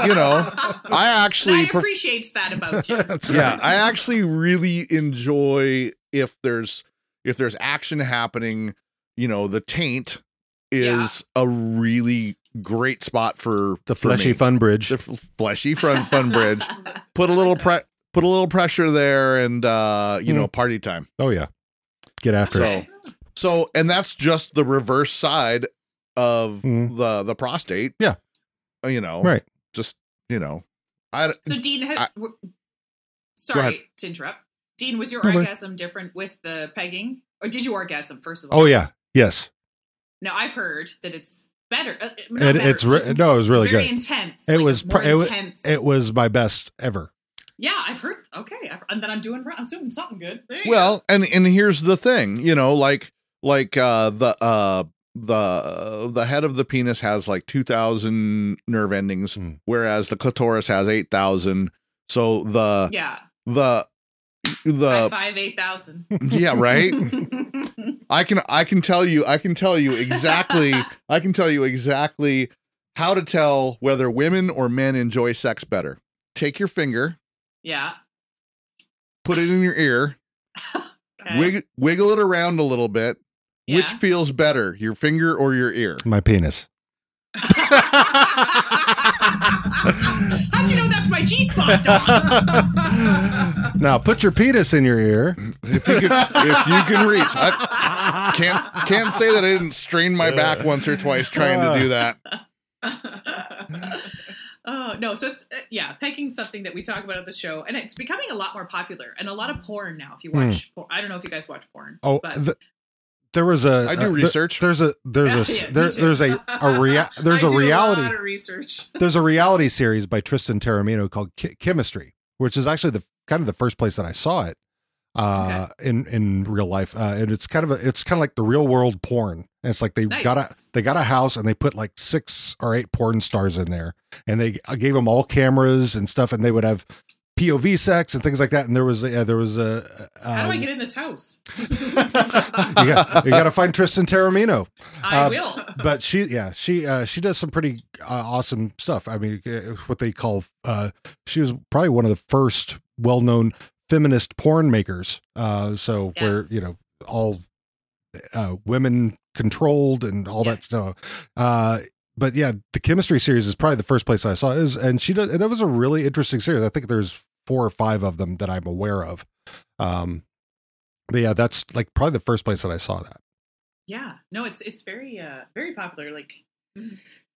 you know, I And I actually pref- appreciate that about you. That's yeah, I actually really enjoy if there's if there's action happening. You know, the taint is a really great spot for The for fleshy me. fun bridge. the f- fleshy fun fun bridge. Put a little pre- put a little pressure there, and uh, Mm-hmm. you know, party time. Oh yeah, get after it. So, so, and that's just the reverse side of Mhm. the the prostate. Yeah. Uh, you know, Right. Just you know, I So, Dean, ha- I- w- Go sorry to interrupt. Dean, was your No worries. orgasm different with the pegging? Or did you orgasm, first of all? Oh yeah, yes. Now, I've heard that it's better. Uh, not It, better, it's re- just no, it was really very good. intense. It like was more pr- it wa- intense. It was my best ever. yeah, I've heard. Okay, I've, and then I'm doing. I'm doing something good. There you well, and and here's the thing, you know, like like uh the uh the uh, the head of the penis has like 2000 nerve endings Mm. whereas the clitoris has 8000 so go. the yeah, the uh, high the five eight thousand. yeah right I can I can tell you I can tell you exactly I can tell you exactly how to tell whether women or men enjoy sex better. Take your finger, yeah. put it in your ear, okay, wig, wiggle it around a little bit. yeah. Which feels better, your finger or your ear? My penis. How'd you know that's my G spot, Don? now put your penis in your ear. If you can, if you can reach, I can't can't say that I didn't strain my back once or twice trying to do that. Oh no! So it's uh, yeah, pegging's something that we talk about at the show, and it's becoming a lot more popular, and a lot of porn now. If you watch, por- I don't know if you guys watch porn. Hmm. Oh, but th- there was a. I do uh, th- research. there's a there's a Yeah, me there, too. there's a a rea- there's I a do reality A lot of research. there's a reality series by Tristan Terramino called Ch- Chemistry, which is actually the kind of the first place that I saw it uh in in real life uh and it's kind of a, it's kind of like the real world porn and it's like they got a Nice. they got a house and they put like six or eight porn stars in there and they uh, gave them all cameras and stuff and they would have pov sex and things like that and there was yeah there was a uh, how do I get in this house? you, got, you got to find Tristan Terramino I Uh, will. but she yeah she uh she does some pretty uh, awesome stuff i mean uh, what they call uh she was probably one of the first well-known feminist porn makers uh so where Yes. you know all uh women controlled and all Yeah. that stuff uh but yeah the chemistry series is probably the first place i saw it is and she does and that was a really interesting series i think there's four or five of them that i'm aware of um but yeah that's like probably the first place that i saw that Yeah, no, it's it's very uh very popular. Like,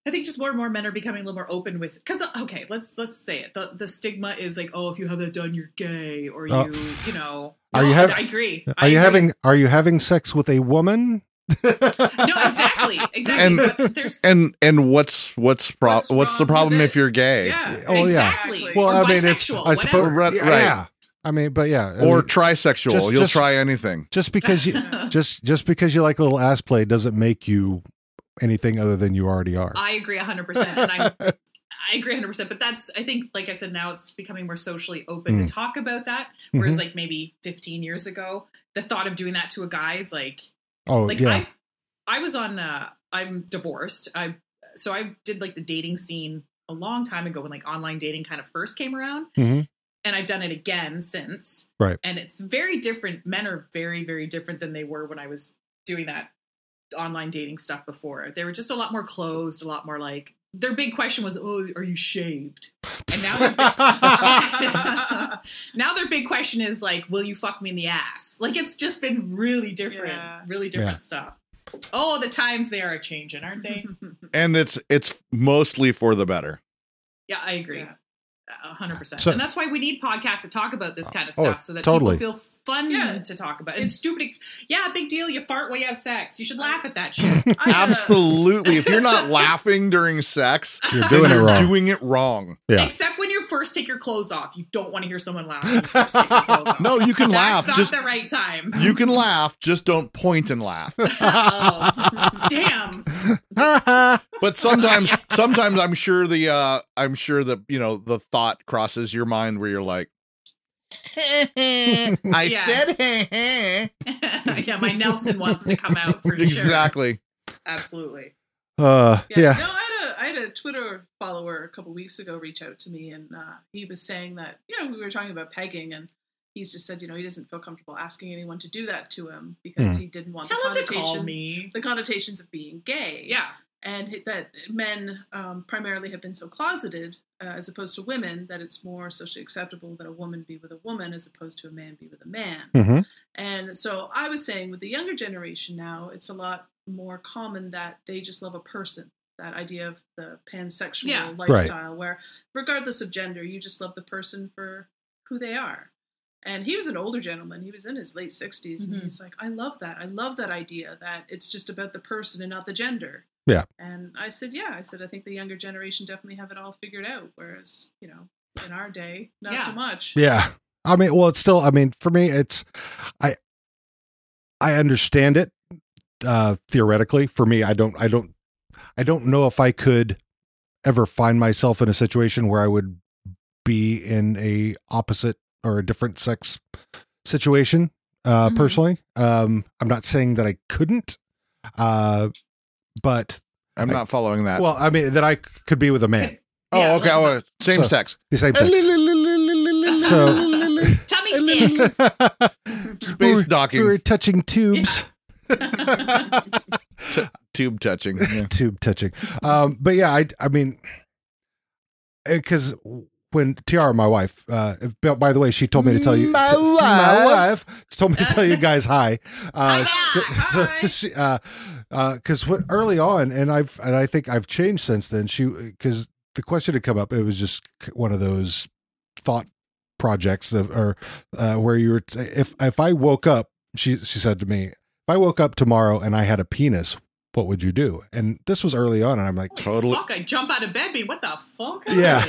I think just more and more men are becoming a little more open with because okay, let's let's say it. The the stigma is like, oh, if you have that done, you're gay, or you Oh. you know. Are No, you hav- I agree. Are I you agree. having Are you having sex with a woman? No, exactly, exactly. And- but there's And and what's what's pro- what's, What's the wrong problem with if it? you're gay? Yeah. Oh, yeah. Exactly. Well, Or I mean, if bisexual, I suppose, whatever. yeah, Right. yeah. I mean, but yeah, I Or mean, trisexual, just- you'll just- try anything. just because you just just because you like a little ass play doesn't make you anything other than you already are. I agree 100%. And I'm, I agree 100%. But that's, I think, like I said, now it's becoming more socially open Mm. to talk about that. Mm-hmm. Whereas, like, maybe 15 years ago, the thought of doing that to a guy is like, oh like yeah, I, I was on, uh, I'm divorced. I, so I did like the dating scene a long time ago when like online dating kind of first came around. Mhm. And I've done it again since. Right. And it's very different. Men are very, very different than they were when I was doing that online dating stuff before. They were just a lot more closed, a lot more like their big question was, "Oh, are you shaved?" And now, now their big question is like, "Will you fuck me in the ass?" Like it's just been really different, Yeah. really different Yeah. stuff. Oh, the times they are changing, Mm-hmm. aren't they? And it's it's mostly for the better. yeah, I agree. Yeah. hundred percent. So- And that's why we need podcasts to talk about this kind of Oh, stuff, so that totally. people feel fun Yeah. to talk about. And It's- stupid, ex- yeah, big deal. You fart while you have sex. You should laugh at that shit. I, uh, Absolutely. If you're not laughing during sex, You're then doing it you're wrong. doing it wrong. Yeah. Except when you first take your clothes off, you don't want to hear someone laugh. When you first take your clothes off. No, you can That's laugh. not Just the right time. you can laugh. Just don't point and laugh. oh, damn. But sometimes, sometimes I'm sure the uh I'm sure the you know the thought crosses your mind where you're like, I Yeah. said yeah, my Nelson wants to come out for sure. exactly. Absolutely. Uh, yeah. yeah. No, I had a I had a Twitter follower a couple weeks ago reach out to me, and uh, he was saying that you know we were talking about pegging, and he just said you know he doesn't feel comfortable asking anyone to do that to him because he didn't want Tell the him to call connotations- me. the connotations of being gay. Yeah. and that men um, primarily have been so closeted uh, as opposed to women that it's more socially acceptable that a woman be with a woman as opposed to a man be with a man. hmm And so I was saying with the younger generation now, it's a lot more common that they just love a person. That idea of the pansexual Yeah. Right. lifestyle, where regardless of gender, you just love the person for who they are. And he was an older gentleman. He was in his late 60s. Mhm. And he's like, I love that. I love that idea that it's just about the person and not the gender. Yeah. And I said, Yeah. I said, I think the younger generation definitely have it all figured out. Whereas, you know, in our day, not Yeah. so much. Yeah. I mean, well, it's still, I mean, for me, it's, I, I understand it, uh, theoretically for me. I don't, I don't, I don't know if I could ever find myself in a situation where I would be in a opposite or a different sex situation, uh, Mhm. personally. Um, I'm not saying that I couldn't, uh, but I'm not following that. well, I mean, that I c- could be with a man, Yeah, oh, okay. like- well, same So- sex. the same sex. So- Tummy sticks. Space We're- We're docking, touching tubes. tube touching. Yeah. tube touching. Um, but yeah, I, I mean, because when Tiara, my wife, uh, b- by the way, she told me to tell you, My my wife. wife told me to tell you guys hi. Uh, Hi, so she, uh, uh, cause what early on, and I've, and I think I've changed since then. She, uh, cause the question had come up, it was just one of those thought projects of, or, uh, where you were, t- if, if I woke up, she, she said to me, if I woke up tomorrow and I had a penis, what would you do? And this was early on, and I'm like, Totally, Fuck, I jump out of bed, be what the fuck? yeah.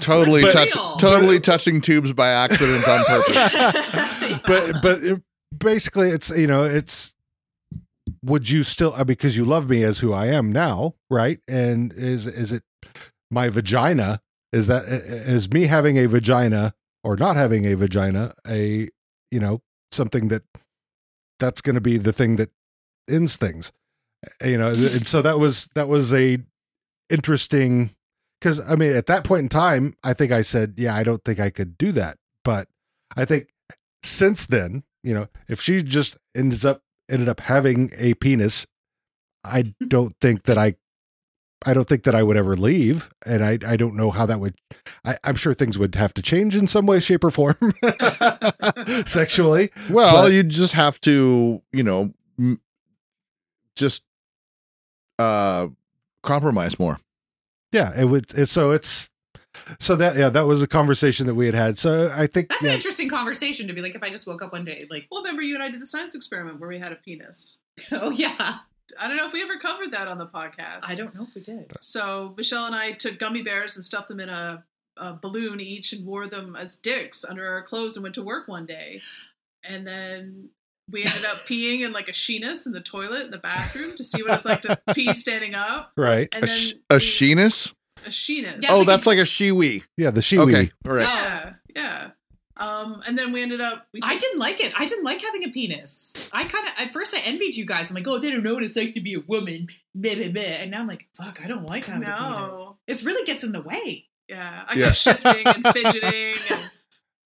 totally, Let's be touch, real. totally touching tubes by accident on purpose. but but it, basically, it's you know, it's would you still uh, because you love me as who I am now, right? And is is it my vagina? Is that is me having a vagina or not having a vagina a you know something that that's going to be the thing that ends things you know and so that was that was a interesting because i mean at that point in time i think i said yeah i don't think i could do that but i think since then you know if she just ends up ended up having a penis i don't think that i i don't think that i would ever leave and i i don't know how that would I, i'm sure things would have to change in some way shape or form sexually Well, But- you just have to, you know, m- just uh compromise more. yeah it would it's so it's so that yeah that was a conversation that we had had so i think That's yeah, an interesting conversation to be like, if I just woke up one day, like, Well, remember you and I did the science experiment where we had a penis. oh yeah. I don't know if we ever covered that on the podcast. I don't know if we did. So Michelle and I took gummy bears and stuffed them in a, a balloon each and wore them as dicks under our clothes and went to work one day. And then we ended up peeing in like a sheenus in the toilet in the bathroom to see what it's like to pee standing up. right And A, sh- then a we- sheenus? a sheenus. Yeah, Oh, like that's like a shiwi. yeah the shiwi Okay, all right. yeah, yeah. Um, and then we ended up. We I didn't like it. I didn't like having a penis. I kind of at first I envied you guys. I'm like, oh, they don't know what it's like to be a woman. Blah, blah, blah. And now I'm like, fuck, I don't like having a No. penis. It really gets in the way. Yeah, I Yeah. kept shifting and fidgeting.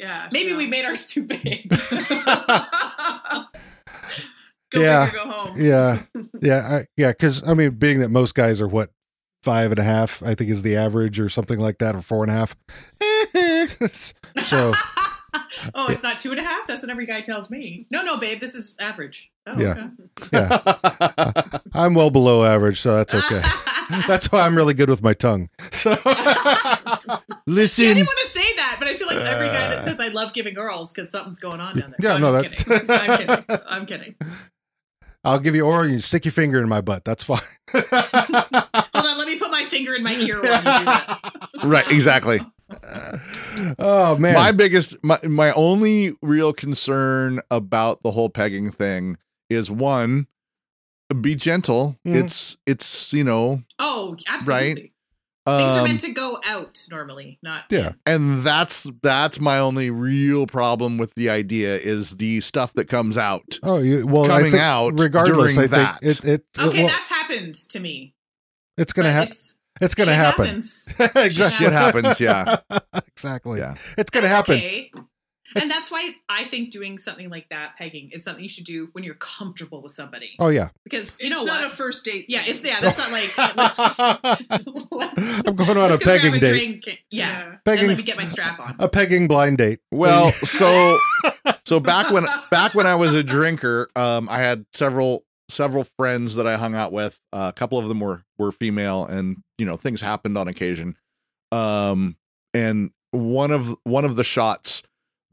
And, yeah, Maybe yeah. we made ours too big. go Yeah. big or go home. yeah yeah I, yeah because i mean being that most guys are what five and a half i think is the average or something like that or four and a half so oh, it's not two and a half. That's what every guy tells me. No, no, babe, this is average. Oh, Yeah. okay. yeah i'm well below average so that's okay that's why i'm really good with my tongue so See, I Listen, didn't want to say that, but I feel like every guy that says I love giving girls because something's going on down there. Uh. Yeah, I'm no, just kidding. I'm kidding. I'm kidding. I'll give you oral. You stick your finger in my butt. That's fine. Hold on, let me put my finger in my ear while you do that. right? Exactly. Oh man, My biggest, my, my only real concern about the whole pegging thing is one, be gentle. Mhm. It's, it's, you know, Oh, absolutely. Things are um, meant to go out normally, not yeah, and that's, that's my only real problem with the idea is the stuff that comes out. Oh, you, well, I Coming think out regardless. during I think that. it, it, it Okay, will- that's happened to me. it's gonna But happen. it's- It's gonna shit happen. happens. exactly. Shit happens, yeah. exactly. Yeah. It's gonna That's happen. okay. And that's why I think doing something like that, pegging, is something you should do when you're comfortable with somebody. Oh yeah. Because you it's know not what? a first date. yeah, it's thing. yeah. That's not like let's, I'm let's going on a let's go grab pegging a date. drink. Yeah, and let me Pegging, get my strap on. a pegging blind date. Well, so so back when back when I was a drinker, um, I had several several friends that I hung out with. Uh, a couple of them were were female, and you know things happened on occasion. Um, and one of one of the shots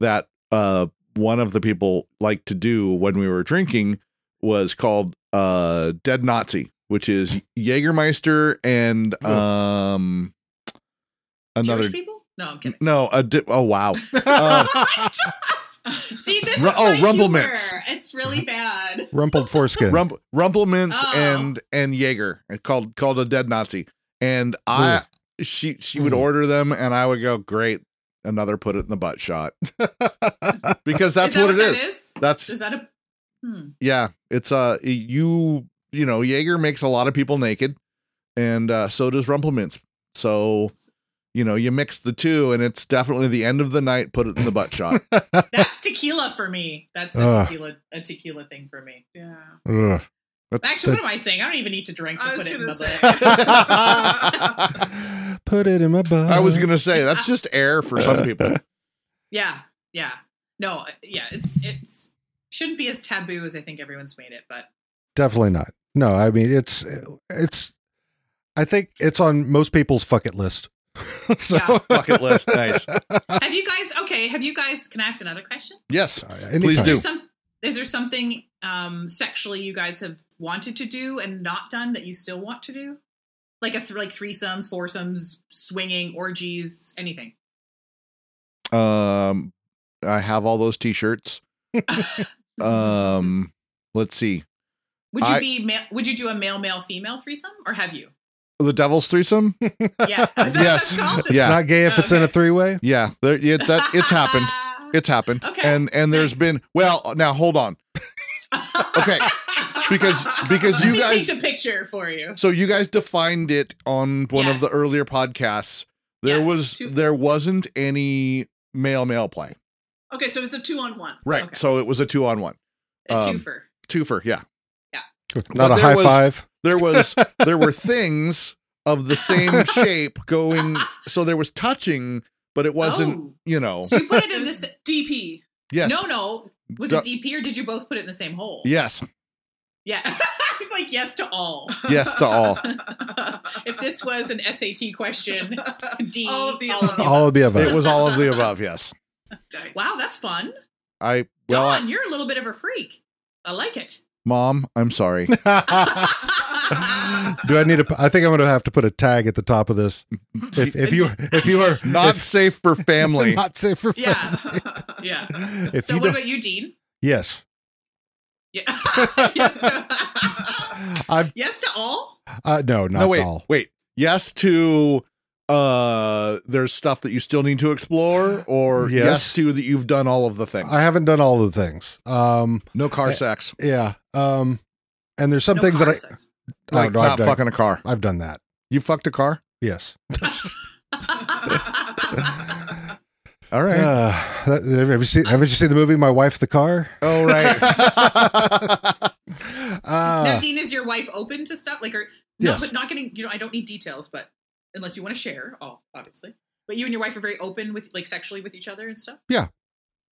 that uh one of the people liked to do when we were drinking was called uh Dead Nazi, which is Jägermeister and um another. Jewish people? No, I'm kidding. No, a di- oh wow. Um, See, this Ru- is oh, my Rumble humor. Mints. It's really bad. Rumpled foreskin. Rump, Rumplemints Oh. and and Jaeger uh, called called a dead Nazi. And I she she would Mm. order them and I would go, Great, another put it in the butt shot. because that's is that what it that is. That's Is that a? Hmm. yeah. It's uh you you know, Jaeger makes a lot of people naked and uh so does Rumplemints. So you know, you mix the two and it's definitely the end of the night, put it in the butt shot. That's tequila for me. That's a Ugh. tequila, a tequila thing for me. Yeah. Ugh. That's- Actually, what am I saying? I don't even need to drink to I was put it in gonna the say. butt. Put it in my butt. I was gonna say that's just air for some people. Yeah, yeah. No, uh, yeah. It's it's shouldn't be as taboo as I think everyone's made it, but Definitely not. No, I mean it's it's. I think it's on most people's fuck it list. so, Yeah. Bucket list, nice. have you guys okay have you guys can i ask another question Yes. anytime. Please do. is, some, is there something um sexually you guys have wanted to do and not done that you still want to do like a th- like threesomes foursomes swinging orgies anything Um, I have all those T-shirts. Mm-hmm. um, let's see. would you I- be male, would you do a male male female threesome or have you The Devil's threesome. yeah is that Yes. what it's called It's Yeah. not gay if it's in a Okay. three way. Yeah, there, yeah, that it's happened. It's happened. Okay, And and there's nice. been well uh, now hold on okay because because Let you me guys paint a picture for you so you guys defined it on one of the Yes. earlier podcasts. There Yes, was two- there wasn't any male male play Okay, so it's a two on one. right. Okay. So it was a two on one a Um, twofer twofer. Yeah, Not But a there high was- five. there was there were things of the same shape going. So there was touching, but it wasn't oh, you know so you put it in this DP. yes No, no. Was it Du- DP or did you both put it in the same hole? yes Yeah. I was like, yes to all. yes to all If this was an SAT question, D. All of the above. All of the it above. was all of the above yes Nice. Wow, that's fun. i well Dawn, I, you're a little bit of a freak. I like it. mom i'm sorry do I need to? p- I think I'm going to have to put a tag at the top of this. If, if you if you are not safe for family not safe for Yeah. Yeah. if so you what don't, about you, Dean? yes, Yeah. yes, to, I've yes to all? uh, no, not no wait all. wait yes to uh there's stuff that you still need to explore or yes, Yes. to that you've done all of the things I haven't done all the things. Um, no car sex yeah. Um, and there's some No things that I car sex. oh, like no, I've not done, fucking a car I've done that. you fucked a car Yes. all right Uh, that- have you seen? Have you seen the movie My Wife the Car? all right Uh, now, Dean, is your wife open to stuff? Like, are Yes. not, but not getting, you know, I don't need details, but unless you want to share, oh, obviously. But you and your wife are very open with, like, sexually with each other and stuff? Yeah.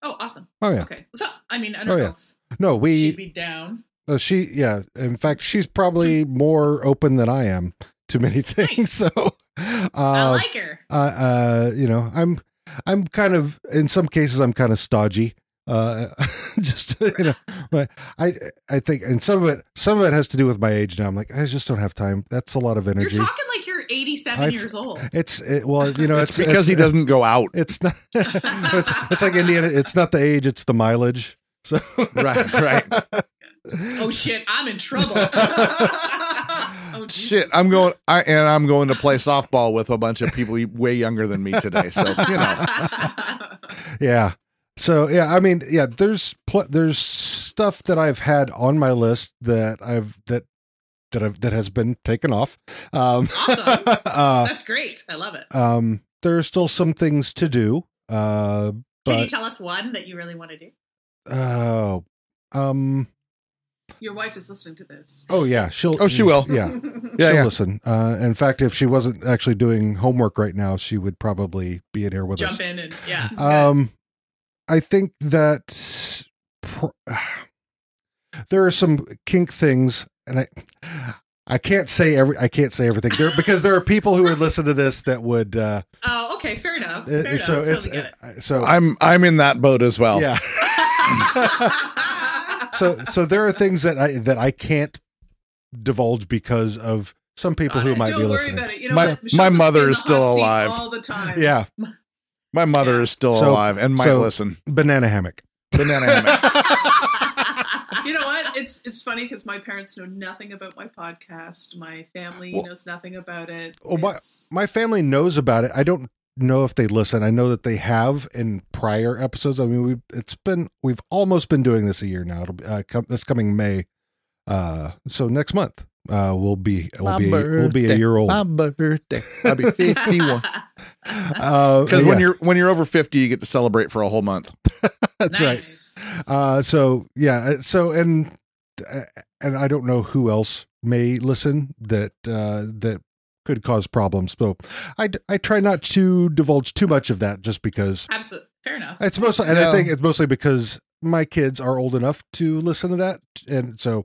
Oh, awesome. oh yeah. Okay. So, I mean, I Oh, don't know yeah. if No, we she'd be down. Uh, she, yeah. In fact, she's probably more open than I am too many things. So, uh, I like her. uh, uh, you know, I'm, I'm kind of in some cases I'm kind of stodgy. Uh, just you know, but I, I think, and some of it, some of it has to do with my age now. I'm like, I just don't have time. That's a lot of You're energy. talking like you're 87 I've- years old. it's it, well, you know, it's, because he doesn't go out. It's not. it's, it's like Indiana. It's not the age. It's the mileage. So Right, right. Oh shit, I'm in trouble. Oh, Jesus. Shit, I'm going. I and I'm going to play softball with a bunch of people way younger than me today. So you know, yeah. So yeah, I mean, yeah. There's pl- there's stuff that I've had on my list that I've that that I've that has been taken off. Um, awesome. uh, That's great. I love it. um, there are still some things to do. Uh, Can you but tell us one that you really want to do? oh, um, Your wife is listening to this. oh yeah, she'll. Oh, she will. Yeah. yeah, she'll yeah. listen. Uh, in fact, if she wasn't actually doing homework right now, she would probably be in here with us. Jump in and yeah. Um, I think that pr- there are some kink things, and I, I can't say every, I can't say everything there because there are people who would listen to this that would. Uh, Oh, okay, fair enough. it- Fair enough. so totally it's get it. uh, so I'm I'm in that boat as well. yeah. So so there are things that I that I can't divulge because of some people Got who it. might Don't be worry listening. about it. You know, My- what? Michelle my puts mother me in is the still hot seat alive. all the time. Yeah, My mother is still So- alive and might so- listen. banana hammock. Banana hammock. You know what? It's it's funny because my parents know nothing about my podcast. My family Well- knows nothing about it. Well, my- It's- my family knows about it. I don't know if they listen. I know that they have in prior episodes. I mean, we it's been we've almost been doing this a year now. It'll be uh, come, this coming May. Uh, so next month, uh, we'll be we'll My be we'll be a birthday. year old. My birthday. I'll be 51. Uh, Because when yeah, you're when you're over 50, you get to celebrate for a whole month. that's right. Nice. Uh, so yeah, so and uh, and I don't know who else may listen that uh, that could cause problems. So I I try not to divulge too much of that just because Absolutely. Fair enough. It's mostly, and I Yeah. think it's mostly because my kids are old enough to listen to that, and so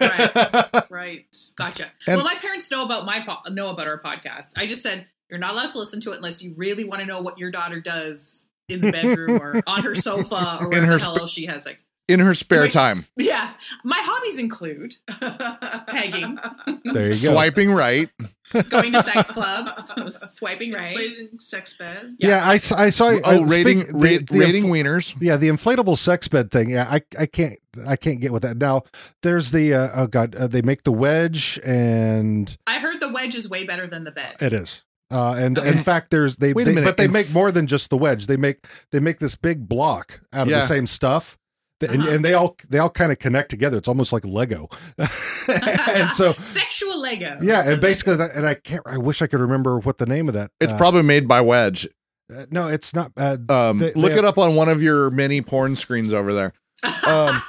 Right. Right. Gotcha. And- well, my parents know about my po- know about our podcast. I just said you're not allowed to listen to it unless you really want to know what your daughter does in the bedroom or on her sofa or wherever her the hell sp- else she has like. In her spare Nice. time, Yeah, my hobbies include pegging, there you go. swiping right. going to sex clubs, swiping right. Inflating sex beds. Yeah, I, s- I saw. I- Oh, rating speak- ra- the- the rating infl- wieners. yeah, the inflatable sex bed thing. Yeah, I I can't I can't get with that. Now there's the uh, oh god, uh, they make the wedge, and I heard the wedge is way better than the bed. it is. Uh, and Okay. in fact, there's they, Wait a they- minute, but they inf- make more than just the wedge. They make they make this big block out of the Yeah. same stuff, Th- and, Uh-huh. and they all they all kind of connect together. It's almost like Lego, and so Sexual Lego. Yeah, and basically, that, and I can't. I wish I could remember what the name of that. It's uh, probably made by Wedge. uh, no, it's not. Uh, Um, They- look they- it up on one of your many porn screens over there. Um,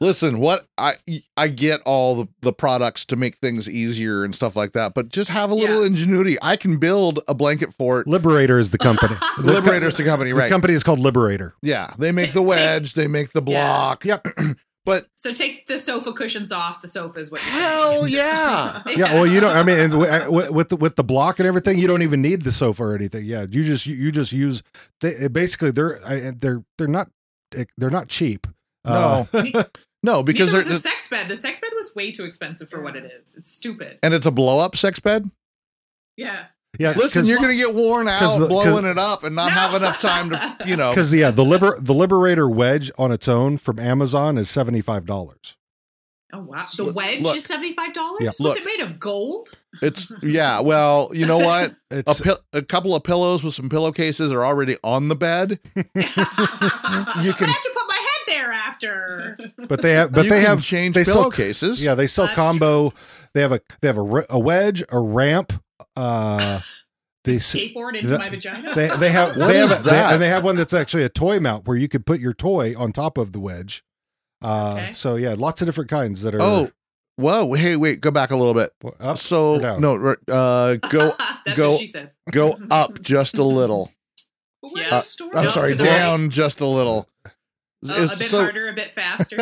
listen, what I I get all the, the products to make things easier and stuff like that, but just have a little Yeah. ingenuity. I can build a blanket fort. Liberator is the company. The co- Liberators to company, The right? company is called Liberator. yeah, they make the Take- wedge, they make the Yeah. block. Yep. But So take the sofa cushions off. The sofa is what you're saying. hell yeah. Yeah. Well, you don't. I mean, and w- I- w- with the, with the block and everything, you don't even need the sofa or anything. Yeah, you just you, you just use. They, uh, basically, they're I, they're they're not eh, they're not cheap. Uh, No. No, because because there, there's a sex bed. The sex bed was way too expensive for what it is. It's stupid. and it's a blow up sex bed. Yeah. yeah. Listen, you're going to get worn 'cause out the- 'cause- blowing it up and not No. have enough time to, you know. because yeah, the liber the Liberator wedge on its own from Amazon is seventy five dollars. Oh wow, the Look- wedge look. is seventy five dollars. Yeah. Was Look. it made of gold? It's yeah, well, you know what? A, It's pill a couple of pillows with some pillowcases are already on the bed. you can I have to put my head there after. but they have but You they can have change they sell- pillowcases. Yeah, they sell That's combo. They have a they have a, re- a wedge, a ramp. Uh, they s- Skateboard into that- my vagina. they they have What they have is a- they- that? and they have one that's actually a toy mount where you could put your toy on top of the wedge. Uh, Okay. So yeah, lots of different kinds that are. Oh, whoa! Hey, wait, go back a little bit. up. So or down? no, r- uh, go That's go- what she said. go up just a little. But where Yeah. are Uh, those stories? I'm No, sorry, to the right. down just a little. Oh, a Is- bit so Um, harder, a bit faster.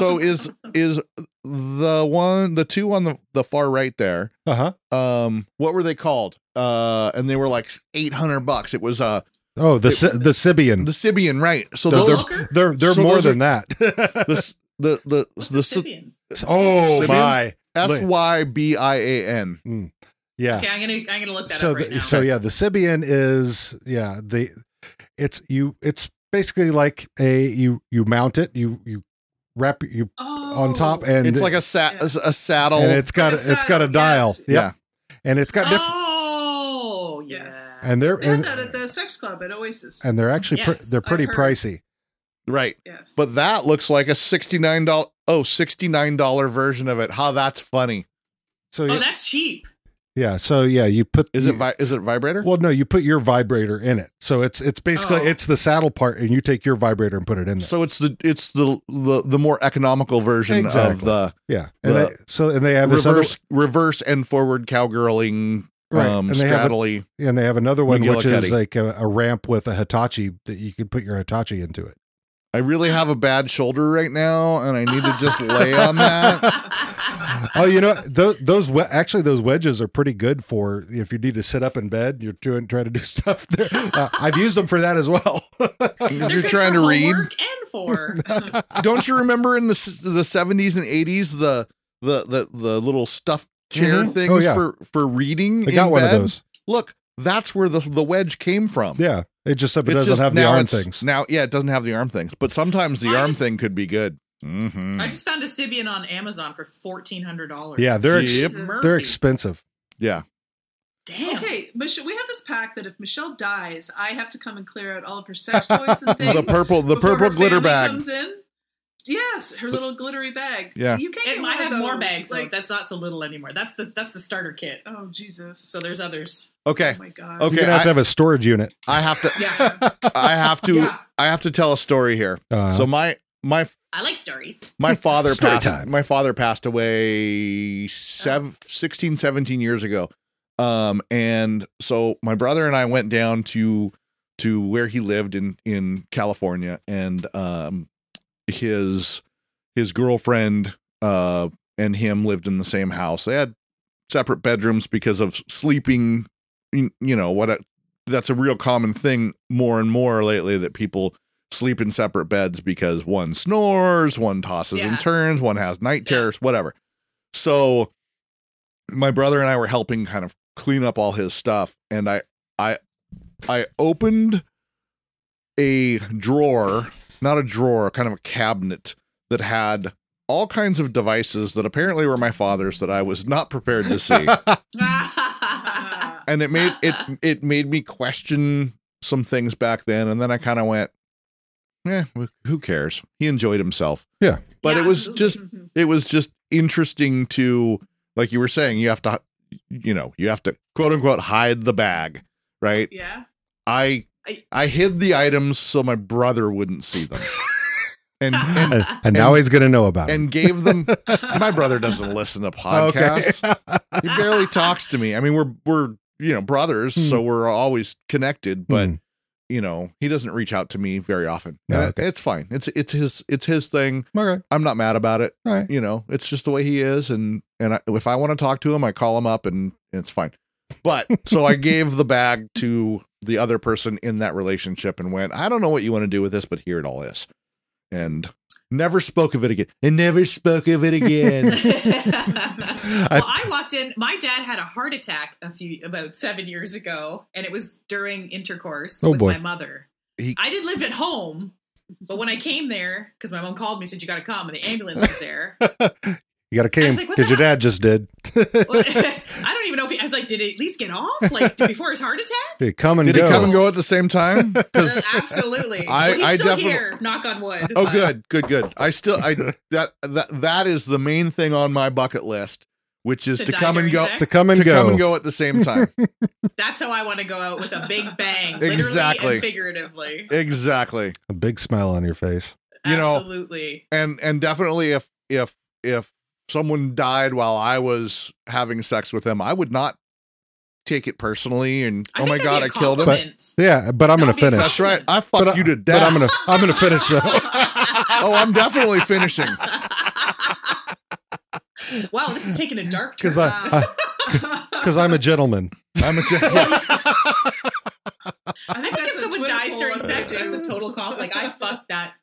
so is is the one, the two on the, the far right there, Uh huh. um, what were they called? Uh, and they were like 800 bucks. It was uh, Oh, the It- Si- the Sibian. the Sibian, right? So They're- those, they're they're they're So more those are- than that. the, s- the, the, What's the, the S- Sibian? oh Sibian? my. S Y B I A N. Yeah. Okay, I'm gonna I'm gonna look that so up right the- now. so yeah, the Sibian is yeah the it's you it's basically like a you you mount it you you wrap you Oh, on top and It's like a, sa- Yeah. a, a saddle. and it's got a, It's it's got a saddle, dial yes. yeah and it's got different oh yes. Yes. and they're They had and, that at the sex club at Oasis. and they're actually pre- Yes, they're I've pretty heard. pricey right. yes. But that looks like a $69 oh, $69 version of it. How that's funny. so Oh, yeah, that's cheap. yeah so yeah you put Is you, it vi- is it vibrator? well no you put your vibrator in it so it's it's basically Oh. it's the saddle part and you take your vibrator and put it in there so it's the it's the the, the more economical version of Exactly. the yeah and the they, so and they have this other- reverse reverse and forward cowgirling Right, um and they have a- straddly. and they have another one which McGillicuddy. is like a, a ramp with a Hitachi that you could put your Hitachi into it I really have a bad shoulder right now and I need to just lay on that. oh, you know those those we- actually those wedges are pretty good for if you need to sit up in bed. You're doing trying to do stuff there. Uh, I've used them for that as well. If They're you're good trying for to read, homework and for don't you remember in the s- the 70s and 80s the the the, the little stuffed chair Mhm. things Oh, yeah. for for reading I got in one bed? of those. Look, that's where the the wedge came from. Yeah, it just it It's doesn't just have the now arm it's- things. Now, yeah, it doesn't have the arm things, but sometimes the I arm just- thing could be good. Mhm. I just found a Sibian on Amazon for fourteen hundred dollars. Yeah, they're ex- Yep. they're expensive. yeah. Damn. Okay, Michelle, we have this pact that if Michelle dies, I have to come and clear out all of her sex toys and things. The purple the before her purple glitter family bag. comes in. Yes, her little glittery bag. Yeah. you can't. It get might one of have more those, bags though. Like, That's not so little anymore. That's the that's the starter kit. oh Jesus! So there's others. Okay. Oh my You're God. Eh, Okay. gonna have I- to have a storage unit. I have to Yeah, I have to Yeah. I have to tell a story here. Uh, So my my I like stories. my father Story passed time. my father passed away sev- 16 17 years ago um and so my brother and i went down to to where he lived in in california and um his his girlfriend uh and him lived in the same house they had separate bedrooms because of sleeping you you know what a, that's a real common thing more and more lately that people sleep in separate beds because one snores one tosses Yeah. and turns one has night Yeah. terrors whatever so my brother and i were helping kind of clean up all his stuff and i i i opened a drawer not a drawer kind of a cabinet that had all kinds of devices that apparently were my father's that i was not prepared to see Ah. and it made it it made me question some things back then and then i kind of went yeah who cares he enjoyed himself Yeah. but Yeah, it was absolutely. just mm-hmm. it was just interesting to like you were saying you have to you know you have to quote unquote hide the bag right yeah. i i, I- hid the items so my brother wouldn't see them and and, and, and now he's gonna know about it. and gave them my brother doesn't listen to podcasts he barely talks to me. I mean, we're we're you know brothers, Hmm. so we're always connected. But Mm. you know, he doesn't reach out to me very often. Yeah, And okay. It's fine. It's it's his it's his thing. all right, I'm not mad about it. all right. You know, it's just the way he is, and and I, if I want to talk to him, I call him up, and it's fine. But so I gave the bag to the other person in that relationship and went, I don't know what you want to do with this, but here it all is, and never spoke of it again. And never spoke of it again. well, I walked in. My dad had a heart attack a few about seven years ago, and it was during intercourse Oh, with boy. my mother. He- I did live at home, but when I came there, because my mom called me said you got to come, and the ambulance was there. You got a I came was like, what because the your dad just did. Well, I don't even know if he, I was like, did it at least get off like before his heart attack? Hey, come and Did go. it come and go at the same time? Because Absolutely. I- Well, he's I still definitely- here. Knock on wood. Oh, good, good, good. I still, I that that that is the main thing on my bucket list, which is to, To die come and during go, sex? to come and to go. come and go at the same time. That's how I want to go out with a big bang, literally Exactly. and figuratively. exactly. A big smile on your face. You know- Absolutely. And and definitely, if if if someone died while I was having sex with them, I would not take it personally. And I oh think my that'd god, be a I killed him. But- compliment. Yeah, but I'm gonna That'd be finish. That's right. I fucked But I- you to But death. I'm gonna I'm gonna finish though. oh, I'm definitely finishing. Wow, this is taking a dark turn. because uh, I because I'm a gentleman. I'm a gentleman. I think I think if that's a someone Twitter dies poll during I'm sex, gonna that's a do. total comp. Like I fucked that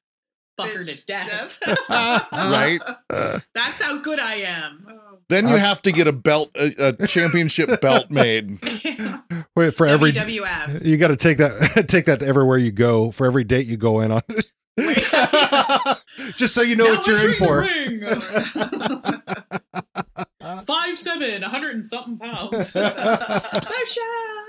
fucker Bitch, to death. right? That's how good I am. Oh. Then you Uh, have to get a belt, a, a championship belt made. Wait for every WWF. you got to take that take that to everywhere you go for every date you go in on. Just so you know what you're in for. Five seven, a hundred and something pounds. Osha!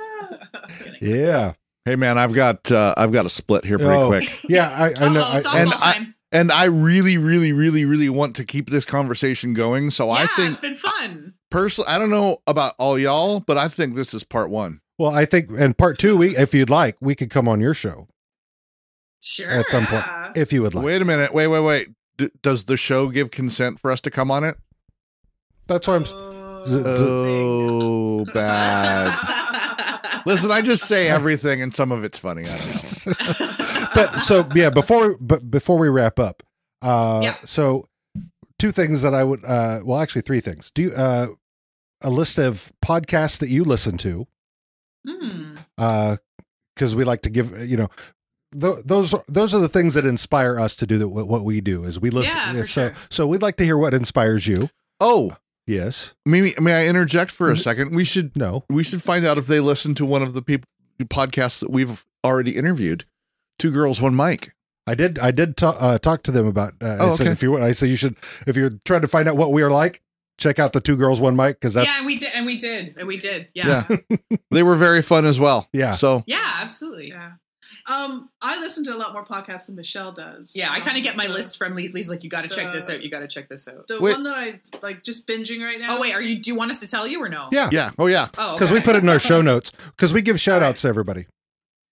Yeah, Hey man, I've got uh, I've got a split here pretty Oh, quick, yeah. I, I know. Uh-oh, softball I, and I- time. and I really, really, really, really want to keep this conversation going. So yeah, I think it's been fun. personally, I don't know about all y'all, but I think this is part one. well, I think and part two, we if you'd like, we could come on your show Sure. at some point Yeah. if you would like. Wait a minute, wait, wait, wait. D- does the show give consent for us to come on it? That's why I'm. s- Oh, bad. uh, Listen, I just say everything, and some of it's funny. I don't know. But so yeah, before but before we wrap up, uh, Yeah. so two things that I would uh, well actually three things. Do you, uh, a list of podcasts that you listen to. Hmm. because we like to give uh, you know th- those those are the things that inspire us to do that, what we do is we listen Yeah, for so sure. so we'd like to hear what inspires you Oh, yes Mimi, may I interject for a Mm-hmm. second? We should no we should find out if they listen to one of the people podcasts that we've already interviewed. Two girls, one mic. i did i did ta- uh, talk to them about uh, Oh, I said okay. if you i said you should if you're trying to find out what we are like check out the two girls one mic because that's yeah, and we did, and we did, and we did. Yeah. They were very fun as well. Yeah. So Yeah, absolutely. Yeah, Yeah. Um, I listen to a lot more podcasts than Michelle does. I kind of get my Um, list from Lee. Lee's like, you got to check this The- out. You got to check this out. The Wait. one that I like just binging right now. Oh wait, are you? Do you want us to tell you or no? Yeah. yeah. Oh yeah. Oh, because we okay. put it in our show notes because we give shout outs to everybody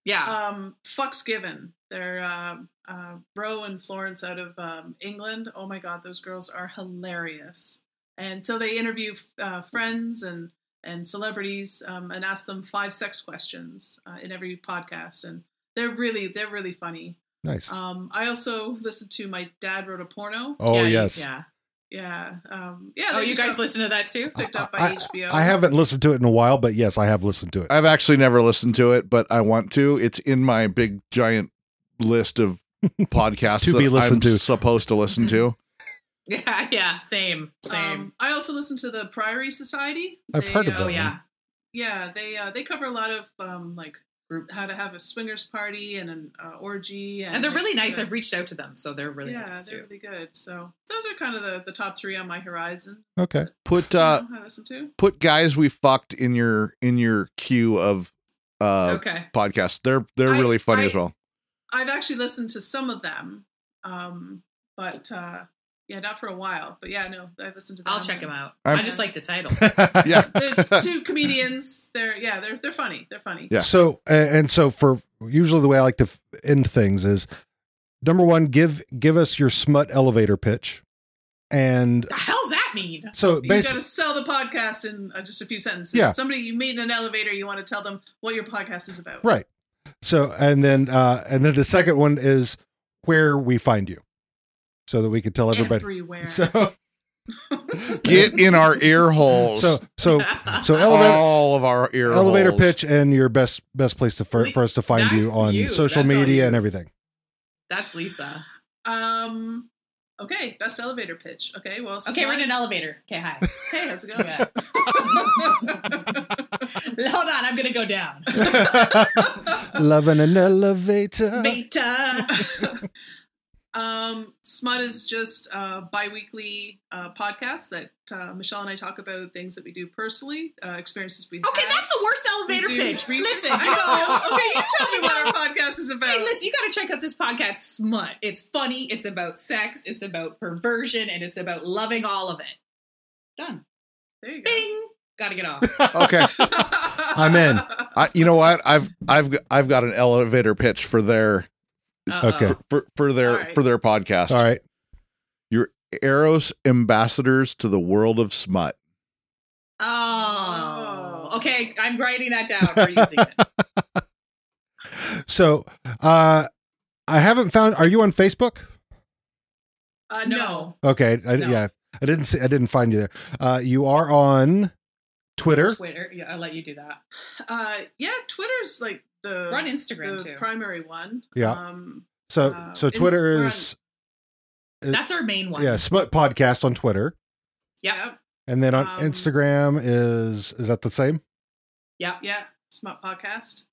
Yeah. Um, fucks given. They're uh, uh, Roe and Florence out of um, England. Oh my god, those girls are hilarious. And so they interview uh, friends and and celebrities um, and ask them five sex questions uh, in every podcast, and they're really they're really funny. nice Um, I also listened to my dad wrote a porno. oh Yeah, you- yes Yeah. Yeah. Um, yeah. Oh, they you just guys got listen to that too? picked up by I- HBO. i haven't listened to it in a while but yes i have listened to it I've actually never listened to it, but I want to. It's in my big giant list of podcasts To that be listened I'm to. supposed to listen to. Yeah. Yeah. Same. Same. Um, I also listen to the Priory Society. I've heard of uh, that oh one. yeah. Yeah, they uh, they cover a lot of um, like Group. how to have a swingers party and an uh, orgy, and, And they're really nice. Yeah, I've reached out to them, so they're really yeah, nice they're too. really good. So those are kind of the, the top three on my horizon. okay Put uh Mm-hmm. I listen to. put guys we fucked in your in your queue of Oh. uh okay. podcasts. They're they're I- really funny I- as well. I've actually listened to some of them, um, but uh, yeah, not for a while. But yeah, no, I've listened to. them. I'll check them out. I'm- I just like the title. Yeah. They're two comedians. They're yeah, they're they're funny. They're funny. Yeah. So a- and so for usually the way I like to f- end things is number one, give give us your smut elevator pitch, and the hell's that mean? so You got basically, to sell the podcast in uh, just a few sentences. Yeah. Somebody you meet in an elevator, you want to tell them what your podcast is about. right. So and then uh and then the second one is where we find you, so that we can tell everybody. Everywhere. So Get in our ear holes. so so so elevator. all of our ear Elevator holes. pitch and your best best place to for, Le- for us to find you that's on you. social That's all media you. and everything. That's Lisa. Um. Okay, best elevator pitch. Okay, well. Okay, slut- we're in an elevator. Okay, hi. Hey, how's it going? Yeah. Hold on, I'm gonna go down. Loving an elevator. Beta. Um, Smut is just a bi-weekly uh, podcast that uh, Michelle and I talk about things that we do personally, uh, experiences we Okay, that's the worst elevator do pitch. research- Listen, I know. Okay, you tell me what our podcast is about. Hey, listen, you got to check out this podcast, Smut. It's funny, it's about sex, it's about perversion, and it's about loving all of it. Done. there you go. Bing. Got to get off. Okay. I'm in. I, you know what? I've I've I've got an elevator pitch for their Uh-oh. Okay. for, for their All right. for their podcast. All right. Eros ambassadors to the world of smut. Oh. Okay, I'm writing that down for using it. So, uh, I haven't found. Are you on Facebook? Uh, no. No. Okay, I, No. yeah, I didn't see. I didn't find you there. Uh, you are on Twitter. Twitter. Yeah, I'll let you do that. Uh, yeah, Twitter's like the We're on Instagram the too. primary one. Yeah. Um, So Uh, so Inst- Twitter we're on- is That's our main one. yeah Smut Podcast on Twitter, Yep. yeah, and then on Um, Instagram is is that the same? yeah, Smut Podcast.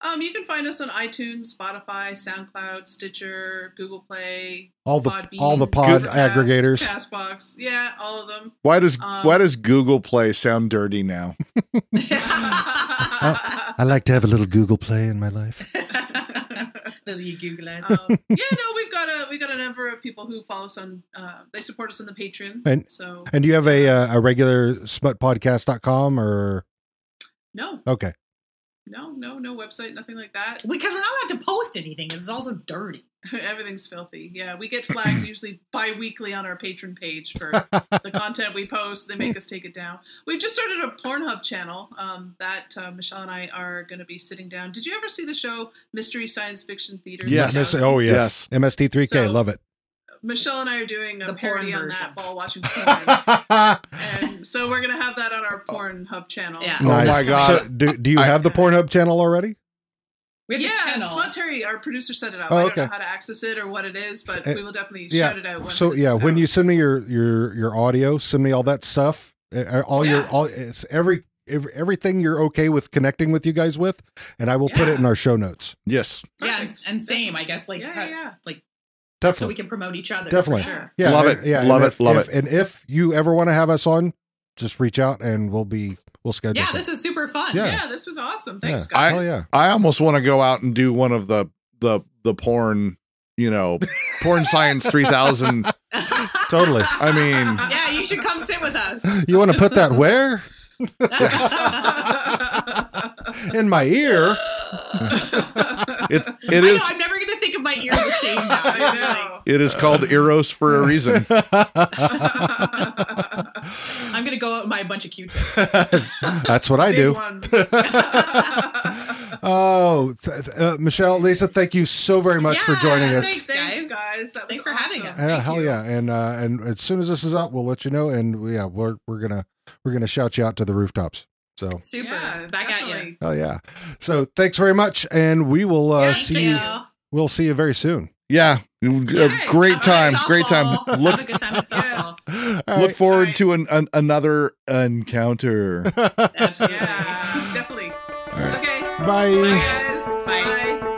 Um, you can find us on iTunes, Spotify, SoundCloud, Stitcher, Google Play, All the Podbean, all the pod Overcast, aggregators. Castbox, yeah, all of them. Why does Um, why does Google Play sound dirty now? I like to have a little Google Play in my life. Little you Google eyes. um, yeah, no, we've got a we got a number of people who follow us on. Uh, they support us on the Patreon. And- so And do you have a uh, a regular smutpodcast.com or no, okay. no, no, no website, nothing like that. because we're not allowed to post anything. It's also dirty. Everything's filthy. Yeah, we get flagged usually bi-weekly on our patron page for the content we post. They make us take it down. We've just started a Pornhub channel um, that uh, Michelle and I are going to be sitting down. Did you ever see the show Mystery Science Fiction Theater? Yes. Miss- oh yes. MST3K, So- love it. Michelle and I are doing a The porn parody on version. that while watching porn. and so we're going to have that on Oh. our Pornhub channel. Yeah. Oh my God. So do do you I- have the Pornhub channel already? We have Yeah, the channel. Smut Terry, our producer, set it up. Oh, I don't okay. know how to access it or what it is, but Uh, we will definitely yeah. shout it out. Once So it's yeah, when out. you send me your your your audio, send me all that stuff, uh, all your Yeah. all it's every, every everything you're okay with connecting with you guys with, and I will put it Yeah. in our show notes. Yes. yeah, and, Perfect. and same, I guess, like yeah, how- yeah, yeah. so we Definitely, can promote each other. Definitely. For sure. yeah, Love it. and- yeah, and Love it. if- Love if- it. And if you ever want to have us on, just reach out and we'll be we'll schedule. Yeah, something. this is super fun. Yeah. Yeah. this was awesome. Thanks, Yeah. I- guys. Oh, yeah. I almost want to go out and do one of the the the porn, you know, porn science 3000. totally. I mean, Yeah, you should come sit with us. You want to put that where in my ear? it I it know, is I'm never going to think of my ear the same now. I I know. it is called Eros for a reason. am going to go out and buy a bunch of Q-tips. That's what I Big do. ones. Oh, th- th- uh, Michelle, Lisa, thank you so very much for Yeah, joining us. thanks, Thanks, guys. guys. That was Thanks for having awesome. us. Yeah, Thank hell yeah! And uh, and as soon as this is up, we'll let you know. And we- yeah, we're we're gonna we're gonna shout you out to the rooftops. So Super. Yeah, Back at you. definitely. hell yeah! So thanks very much, and we will uh, Thank see you. you. We'll see you very soon. Yeah. A great Have a time. good Great time. softball. Look Have a good time at softball. Yes. All look right. forward Right. to an, an another encounter. Absolutely. Yeah, definitely. All right. Okay. Bye. Bye, guys. Bye. Bye.